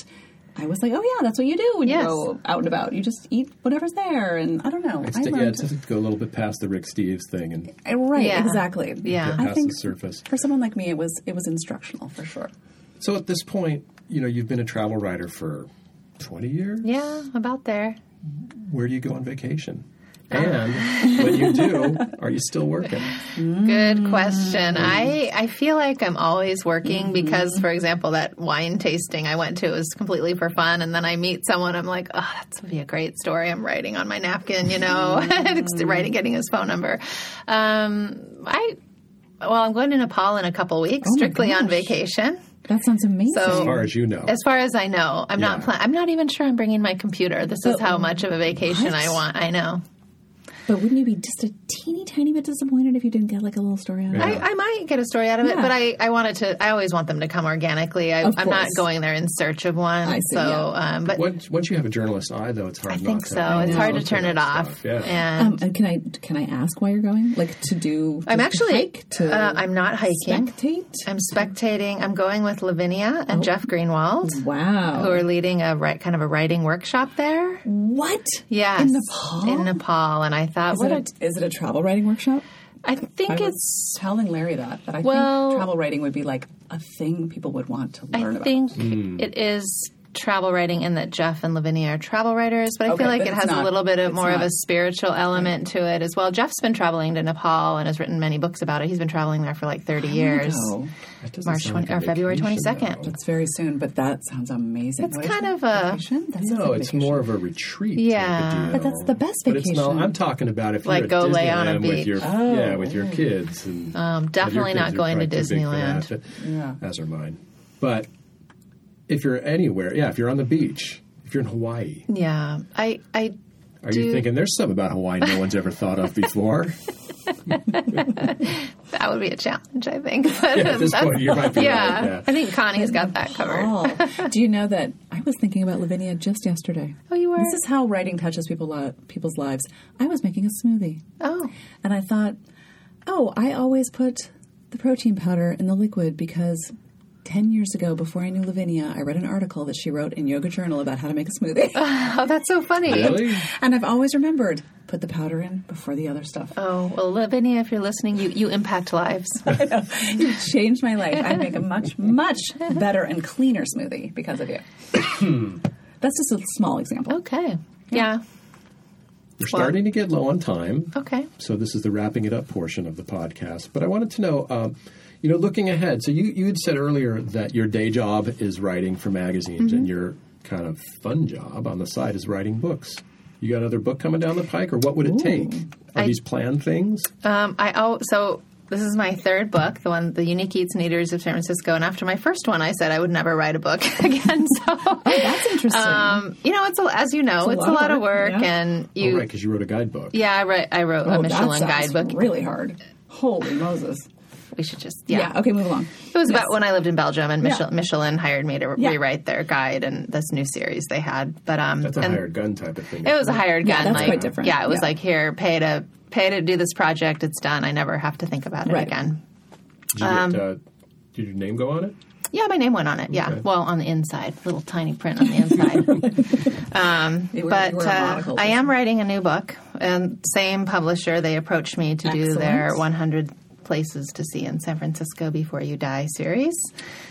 S2: I was like, oh yeah, that's what you do when
S4: Yes.
S2: you go out and about. You just eat whatever's there, and I don't know.
S1: It's
S2: I
S1: to, yeah,
S2: learned,
S1: it's to go a little bit past the Rick Steves thing and
S2: Uh, right,
S4: Yeah.
S2: exactly.
S4: Yeah.
S1: past
S2: I think
S1: the surface.
S2: for someone like me, it was it was instructional for sure.
S1: So at this point, you know, you've been a travel writer for 20 years.
S4: Yeah, about there.
S1: Where do you go on vacation?
S4: Ah.
S1: And when you do, are you still working?
S4: Good question. I, I feel like I'm always working because, for example, that wine tasting I went to was completely for fun, and then I meet someone. I'm like, oh, that's gonna be a great story. I'm writing on my napkin, you know, It's writing, getting his phone number. Oh Um, I well, I'm going to Nepal in a couple weeks, strictly on vacation.
S2: That sounds amazing.
S4: So-
S1: as far as you know.
S4: As far as I know, I'm not
S1: Yeah.
S4: plan- I'm not even sure I'm bringing my computer. This is how much of a vacation I want. I know.
S2: but wouldn't you be just a teeny tiny bit disappointed if you didn't get like a little story out of it?
S4: I, I might get a story out of it, but I, I wanted to. I always want them to come organically. I,
S2: Of
S4: I'm not
S2: course.
S4: going there in search of one.
S2: I see,
S4: so,
S2: yeah.
S4: um, but
S1: once, once you have a journalist eye, though, it's hard.
S4: I
S1: not
S4: think
S1: to
S4: so. It's hard to
S1: look
S4: turn
S1: at
S4: it
S1: that
S4: off.
S1: stuff, Yeah.
S4: And
S2: Um, and can I can I ask why you're going? Like to do?
S4: I'm
S2: to
S4: actually.
S2: hike, to
S4: uh, I'm not hiking.
S2: spectate. Oh.
S4: I'm spectating. I'm going with Lavinia and Jeff Greenwald,
S2: Wow.
S4: who are leading a ri- kind of a writing workshop there.
S2: what?
S4: Yes,
S2: In Nepal?
S4: In Nepal, and I thought,
S2: Is
S4: what
S2: it,
S4: a-
S2: a, is it a travel writing workshop?
S4: I think
S2: I was
S4: it's
S2: telling Larry that that I
S4: Well-
S2: think travel writing would be like a thing people would want to learn
S4: I
S2: about.
S4: think
S1: Hmm.
S4: it is travel writing in that Jeff and Lavinia are travel writers, but I
S2: Okay,
S4: feel like
S2: but
S4: it
S2: it's
S4: has a
S2: not-
S4: little bit of
S2: it's
S4: more of a
S2: not-
S4: spiritual element to it as well. Jeff's been traveling to Nepal and has written many books about it. He's been traveling there for like 30 years.
S2: Oh,
S1: That doesn't
S4: March
S1: sound
S4: 20,
S1: like
S4: or
S1: a
S4: February
S1: vacation,
S4: 22nd.
S1: though.
S2: it's very soon, but that sounds amazing. It's
S4: kind of a-
S2: vacation? That sounds
S1: No,
S2: like
S1: it's
S2: vacation.
S1: more of a retreat. type of
S4: Yeah.
S1: deal.
S2: But that's the best
S1: But it's not,
S2: vacation.
S1: I'm talking about if you're
S4: Like
S1: at
S4: go lay on a
S1: Disneyland
S4: beach.
S1: with your yeah with
S2: Oh,
S1: your kids. And well, your
S4: Um, definitely
S1: kids
S4: not
S1: are
S4: going to
S1: probably too big for
S4: Disneyland.
S1: that,
S2: Yeah.
S1: as are mine. But if you're anywhere, yeah, if you're on the beach, if you're in Hawaii,
S4: Yeah. I, I,
S1: are
S4: Do-
S1: you thinking there's something about Hawaii no one's ever thought of before?
S4: that would be a challenge, I think. But
S1: At this
S4: that's-
S1: point, you might be
S4: yeah.
S1: right, yeah.
S4: I think Conniee's got that covered.
S2: Oh, do you know that I was thinking about Lavinia just yesterday?
S4: Oh, you were?
S2: This is how writing touches people li- people's lives. I was making a smoothie,
S4: Oh,
S2: and I thought, oh, I always put the protein powder in the liquid because. 10 years ago, before I knew Lavinia, I read an article that she wrote in Yoga Journal about how to make a smoothie.
S4: oh, that's so funny.
S1: really?
S2: and I've always remembered put the powder in before the other stuff.
S4: Oh, well, Lavinia, if you're listening, you, you impact lives.
S2: you changed my life. I make a much, much better and cleaner smoothie because of you.
S1: Hmm.
S2: That's just a small example.
S4: Okay. Yeah.
S1: We're starting to get low on time.
S4: Okay.
S1: So this is the wrapping it up portion of the podcast. But I wanted to know, um, you know, looking ahead. So you you had said earlier that your day job is writing for
S4: Mm-hmm.
S1: magazines, and your kind of fun job on the side is writing books. You got another book coming down the pike, or what would it take? Are
S4: I-
S1: these planned things?
S4: Um, I oh, so this is my third book, the one, the Unique Eats and Eaters of San Francisco. And after my first one, I said I would never write a book again. So,
S2: Oh, That's interesting.
S4: um, you know, it's a, as you know, it's a lot, of work,
S2: yeah.
S4: and
S1: oh,
S4: you,
S1: right, because you wrote a guidebook.
S4: yeah, I wrote, I wrote a
S2: Oh, that
S4: Michelin
S2: sounds
S4: guidebook.
S2: Really hard. Holy Moses.
S4: We should just,
S2: Yeah.
S4: yeah.
S2: Okay, move along.
S4: It was about when I lived in Belgium, and Michel- Michelin hired me to re-
S2: Yeah.
S4: rewrite their guide and this new series they had. But um,
S1: That's a
S4: and-
S1: hired gun type of thing.
S4: It was a hired gun.
S2: that's
S4: like,
S2: quite different.
S4: Yeah, it was
S2: Yeah.
S4: like here, pay to pay to do this project. It's done. I never have to think about it
S2: Right.
S4: again.
S1: Did, you
S2: um,
S1: get, uh, did your name go on it?
S4: Yeah, my name went on it. Yeah, well, on the inside, little tiny print on the inside.
S2: You were-
S4: but
S2: you were a
S4: uh,
S2: monocle.
S4: I am writing a new book, and same publisher. They approached me to do their
S2: Excellent.
S4: 100 places to see in San Francisco before you die series.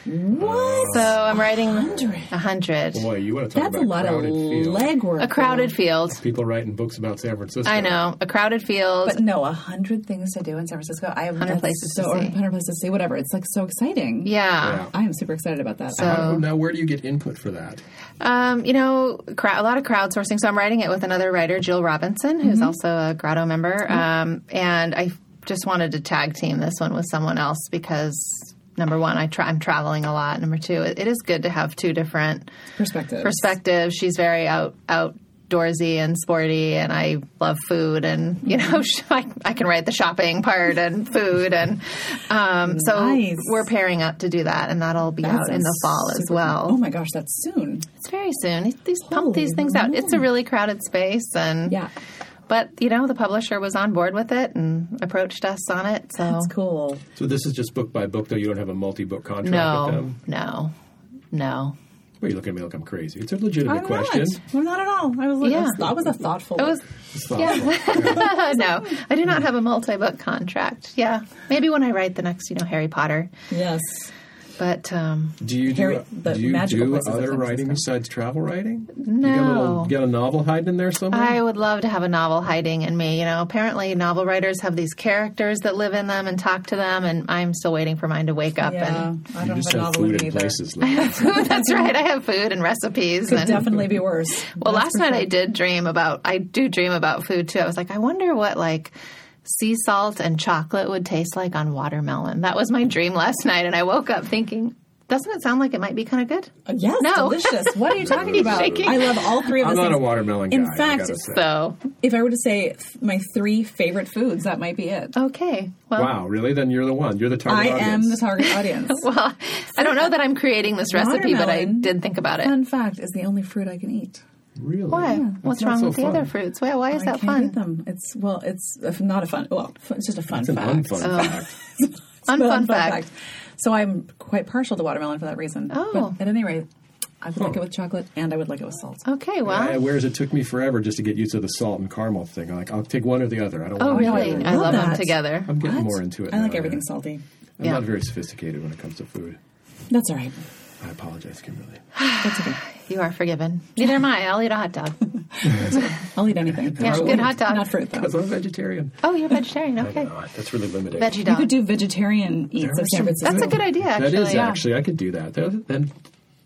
S4: What? So I'm writing 100. 100.
S1: Boy, you want to talk
S2: That's a
S1: about
S2: lot of
S1: crowded field.
S2: legwork.
S4: A crowded field.
S1: People writing books about San Francisco.
S4: I know, a crowded field.
S2: But no, a hundred things to do in San Francisco. I have that's
S4: places to
S2: so,
S4: see.
S2: Hundred places to see. Whatever. It's like so exciting.
S4: yeah.
S1: Yeah.
S2: I am super excited about that.
S1: How- now, where do you get input for that?
S4: Um, you know, crowd, a lot of crowdsourcing. So I'm writing it with another writer, Jill Robinson, who's also a Grotto member. Um, and I just wanted to tag team this one with someone else because number one, I tra- I'm traveling a lot. Number two, it, it is good to have two different
S2: Perspective.
S4: perspectives. She's very out outdoorsy and sporty, and I love food. And you know, I, I can write the shopping part and food, and um, so
S2: Nice.
S4: we're pairing up to do that, and that'll be out in the fall as well.
S2: Oh my gosh, that's soon.
S4: It's very soon. These- These pump
S2: Holy
S4: these things out. It's a really crowded space, and
S2: Oh, Yeah.
S4: But you know, the publisher was on board with it and approached us on it. So
S2: That's cool.
S1: So this is just book by book, though. You don't have a multi-book contract with
S4: no,
S1: them.
S4: no, no.
S1: What are you looking at me like I'm crazy? It's a legitimate
S2: I'm
S1: question.
S2: not. I'm not at all. I was like,
S4: Yeah.
S2: that was a thoughtful.
S4: It was
S1: It's thoughtful.
S4: no. I do not have a multi-book contract. Yeah, maybe when I write the next, you know, Harry Potter.
S2: yes.
S4: But um,
S1: Do you
S2: Harry-
S1: do,
S2: the
S1: do, you
S2: magical
S1: do
S2: places of
S1: other
S2: San
S1: writing
S2: Francisco.
S1: besides travel writing? You got a,
S4: No.
S1: little, you got a novel hiding in there somewhere?
S4: I would love to have a novel hiding in me. You know, apparently novel writers have these characters that live in them and talk to them, and I'm still waiting for mine to wake up.
S2: Yeah, I
S1: you
S2: don't
S1: just
S2: have a
S1: have
S2: novel in
S1: food
S2: me
S1: in
S2: either.
S1: places. Like
S4: And that's right. I have food and recipes
S2: Could
S4: and
S2: definitely be worse.
S4: Well, last night I did dream about. I do dream about food too. I was like, I wonder what like sea salt and chocolate would taste like on watermelon. That was my dream last night, and I woke up thinking. Doesn't it sound like it might be kind of good?
S2: Uh, yes,
S4: No.
S2: delicious. What are you talking about?
S4: shaking.
S2: I love all three of
S1: I'm
S2: those
S1: not a
S2: things.
S1: watermelon
S2: In
S1: guy. I
S2: fact,
S1: gotta say.
S4: So,
S2: if I were to say th- my three favorite foods, that might be it.
S4: okay. Well,
S1: wow, really? Then you're the one. You're the target
S2: I am
S1: audience.
S2: the target audience.
S4: well, I don't know that I'm creating this recipe, but I
S2: Watermelon.
S4: did think about it.
S2: Fun fact is the only fruit I can eat.
S1: really?
S4: Why?
S1: That's
S4: What's
S1: not
S4: wrong
S1: so
S4: with the
S1: fun.
S4: other fruits? Why, why is
S2: I
S4: that
S2: can't
S4: fun?
S2: eat them. It's well, it's uh, not a fun. Well, f- it's just a fun
S1: It's an
S2: fact.
S1: unfun
S4: Oh.
S1: fact.
S2: It's an
S4: Unfun
S2: unfun
S4: fact.
S2: So I'm quite partial to watermelon for that reason.
S4: Oh. Oh,
S2: But at any rate, I would like
S1: Huh.
S2: it with chocolate and I would like it with salt.
S4: Okay, well,
S1: I- whereas it took me forever just to get used to the salt and caramel thing. I'm like, I'll take one or the other. I don't
S4: oh,
S1: want
S4: really?
S1: either.
S4: I
S2: love
S4: love, them
S2: that.
S4: together.
S1: I'm getting more into it.
S2: I like
S1: now,
S2: everything
S1: yeah.
S2: salty.
S1: I'm
S4: Yeah.
S1: not very sophisticated when it comes to food.
S2: That's all right.
S1: I apologize, Kimberly.
S2: That's okay.
S4: You are forgiven. Neither am I. I'll eat a hot dog.
S2: I'll eat anything.
S4: Yeah, good hot dog.
S2: Not fruit though.
S1: Because I'm a vegetarian.
S4: Oh, you're vegetarian. Okay.
S1: No, that's really limiting.
S4: Veggie
S2: You
S4: dog.
S2: could do vegetarian eats of San Francisco.
S4: That's a good idea,
S1: That
S4: actually.
S1: is actually, I could do that. That- And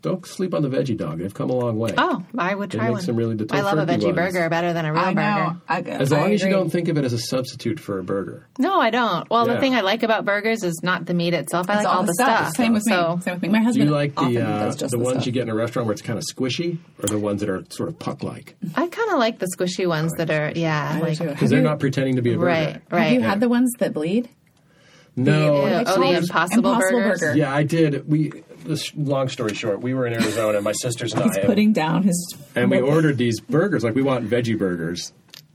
S1: don't sleep on the veggie dog. They've come a long way.
S4: Oh, I would
S1: They
S4: try
S1: make
S4: one.
S1: some really good
S4: I love a
S1: tofurkey
S4: veggie
S1: buns.
S4: burger better than a real
S2: I
S4: burger.
S2: know. I,
S1: As long
S2: I
S1: as you
S2: agree.
S1: don't think of it as a substitute for a burger.
S4: No, I don't. Well,
S1: Yeah.
S4: the thing I like about burgers is not the meat itself. I
S2: It's
S4: like all, the stuff.
S2: Same with me.
S4: So,
S2: Same with me. My
S1: Do you
S2: husband
S1: like
S2: often
S1: the uh,
S2: does just
S1: the
S2: the
S1: ones
S2: stuff.
S1: you get in a restaurant where it's kind of squishy, or the ones that are sort of puck like?
S4: I kind of like the squishy ones that are, yeah, like
S2: too.
S1: Because they're not pretending to be a burger.
S4: right,
S2: Have
S4: right.
S2: you had the ones that bleed?
S1: No.
S2: Like
S4: Yeah, oh, the
S2: small-
S4: Impossible,
S2: Impossible
S4: burgers.
S2: Burger.
S1: Yeah, I did. We. This long story short, we were in Arizona, my sisters and
S2: He's
S1: I,
S2: putting down his.
S1: and we ordered these burgers. Like we want veggie burgers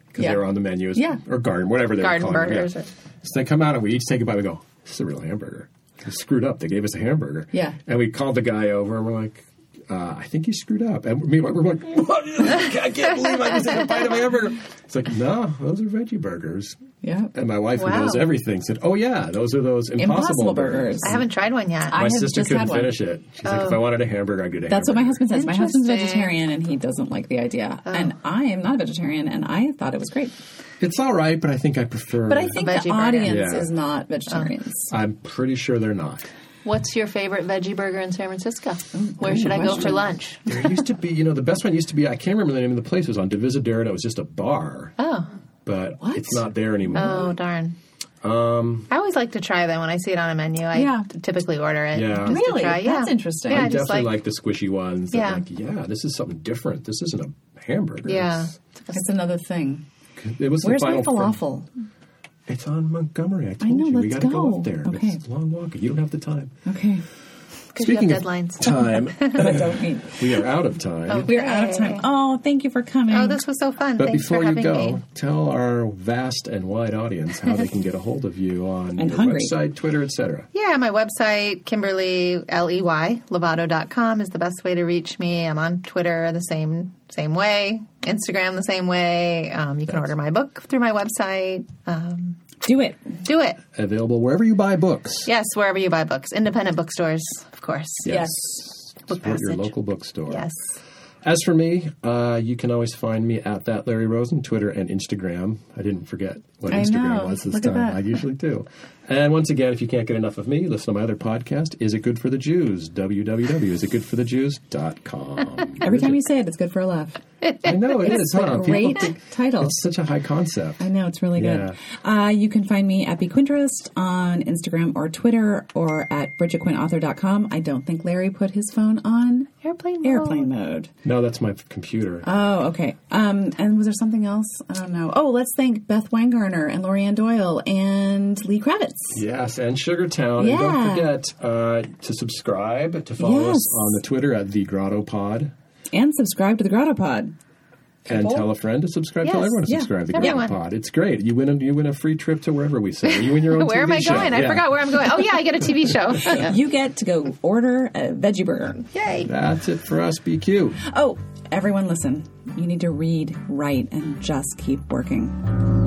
S1: because
S2: uh, Yeah.
S1: they were on the menu, as-
S2: Yeah.
S1: or garden, whatever they
S4: Garden
S1: were calling
S4: burgers.
S1: Them, yeah. So they come out and we each take a bite. We go, "This is a real hamburger." They screwed up. They gave us a hamburger.
S2: Yeah.
S1: And we called the guy over and we're like. Uh, I think you screwed up. And me, we're like, what? I can't believe I just ate a bite of a hamburger. It's like, no, those are veggie burgers.
S2: Yeah.
S1: And my wife,
S4: Wow.
S1: who knows everything, said, oh, yeah, those are those impossible,
S2: Impossible
S1: burgers.
S2: burgers.
S4: I haven't tried one yet.
S1: My
S2: I have
S1: sister
S2: just
S1: couldn't
S2: had one. Oh.
S1: finish it. She's like, if I wanted a hamburger, I'd get a
S2: That's what my
S1: hamburger.
S2: husband says. My husband's
S4: Interesting. Oh.
S2: vegetarian and he doesn't like the idea. And I am not a vegetarian and I thought it was great.
S1: It's all right, but I think I prefer.
S2: But I think
S4: veggie
S2: the
S4: burger. Oh.
S2: audience
S1: Yeah.
S2: is not vegetarians.
S1: I'm pretty sure they're not.
S4: What's your favorite veggie burger in San Francisco? Where should I go for
S2: question.
S4: lunch?
S1: There used to be, you know, the best one used to be. I can't remember the name of the place. It was on Divisadero. and It was just a bar.
S4: Oh,
S1: but
S2: What?
S1: it's not there anymore.
S4: oh darn. Um, I always like to try them when I see it on a menu. I
S2: Yeah.
S4: typically order it.
S1: Yeah.
S4: just to
S2: Really?
S4: try. Yeah.
S2: That's interesting.
S4: Yeah,
S1: I
S2: I
S4: just
S1: definitely
S4: like,
S1: like, the squishy ones.
S4: Yeah.
S1: Yeah, like, yeah, this is something different. This isn't a hamburger.
S4: yeah.
S2: It's another thing.
S1: It's- it was.
S2: Where's
S1: the
S2: my
S1: final
S2: falafel?
S1: It's on Montgomery. I told
S2: know,
S1: you we
S2: let's
S1: got to go.
S2: go.
S1: up there.
S2: Okay.
S1: It's a long walk. You don't have the time.
S2: Okay.
S4: Because you have
S1: Speaking of
S4: deadlines.
S1: Time.
S2: I don't eat.
S1: we are out of time.
S4: Oh.
S2: We are out of time. Oh, thank you for coming.
S4: Oh, this was so fun.
S1: But
S4: Thanks
S1: before
S4: for
S1: you
S4: having
S1: go,
S4: me.
S1: tell our vast and wide audience how they can get a hold of you on
S2: And
S1: your
S2: hungry.
S1: website, Twitter, etc.
S4: Yeah, my website, Kimberly, E L-E-Y, Lovato.com is the best way to reach me. I'm on Twitter the same same way, Instagram the same way. Um, you can order my book through my website. Um,
S2: Do it.
S4: do it.
S1: Available wherever you buy books.
S4: Yes, wherever you buy books. Independent bookstores, of course.
S2: Yes.
S4: Book
S1: Support your
S4: Passage.
S1: local bookstore.
S4: Yes.
S1: As for me, uh, you can always find me at that Larry Rosen, Twitter and Instagram. I didn't forget what
S2: I
S1: Instagram
S2: know.
S1: was this
S2: Look at
S1: time.
S2: that.
S1: I usually do. And once again, if you can't get enough of me, listen to my other podcast, Is It Good for the Jews? www.isitgoodforthejews.com.
S2: Every time you say it, it's good for a laugh.
S1: I know it is,
S2: It's
S1: huh?
S2: a great
S1: People think
S2: title.
S1: it's such a high concept.
S2: I know it's really good. Uh, you can find me at BeQuinterest on Instagram or Twitter or at BridgetQuinnAuthor.com. I don't think Larry put his phone on
S4: Airplane mode.
S2: airplane mode.
S1: No, that's my computer.
S2: Oh, okay. Um, and was there something else? I don't know. Oh, let's thank Beth Weingarner and Lorianne Doyle and Lee Kravitz.
S1: Yes, and Sugartown. And
S2: Yeah.
S1: don't forget uh, to subscribe, to follow
S2: Yes.
S1: us on the Twitter at The Grotto Pod.
S2: And subscribe to the Grotto Pod.
S1: And tell a friend to subscribe. Tell
S4: Yes,
S1: everyone to
S2: yeah,
S1: subscribe to the
S4: everyone.
S1: Grotto Pod. It's great. You win a you win a free trip to wherever we say. You win your own.
S4: Where am
S1: TV
S4: I
S1: show.
S4: going? I
S1: Yeah.
S4: forgot where I'm going. Oh, yeah, I get a TV show.
S2: You get to go order a veggie burger.
S4: Yay.
S1: That's it for us. BQ.
S2: Oh, everyone listen. You need to read, write, and just keep working.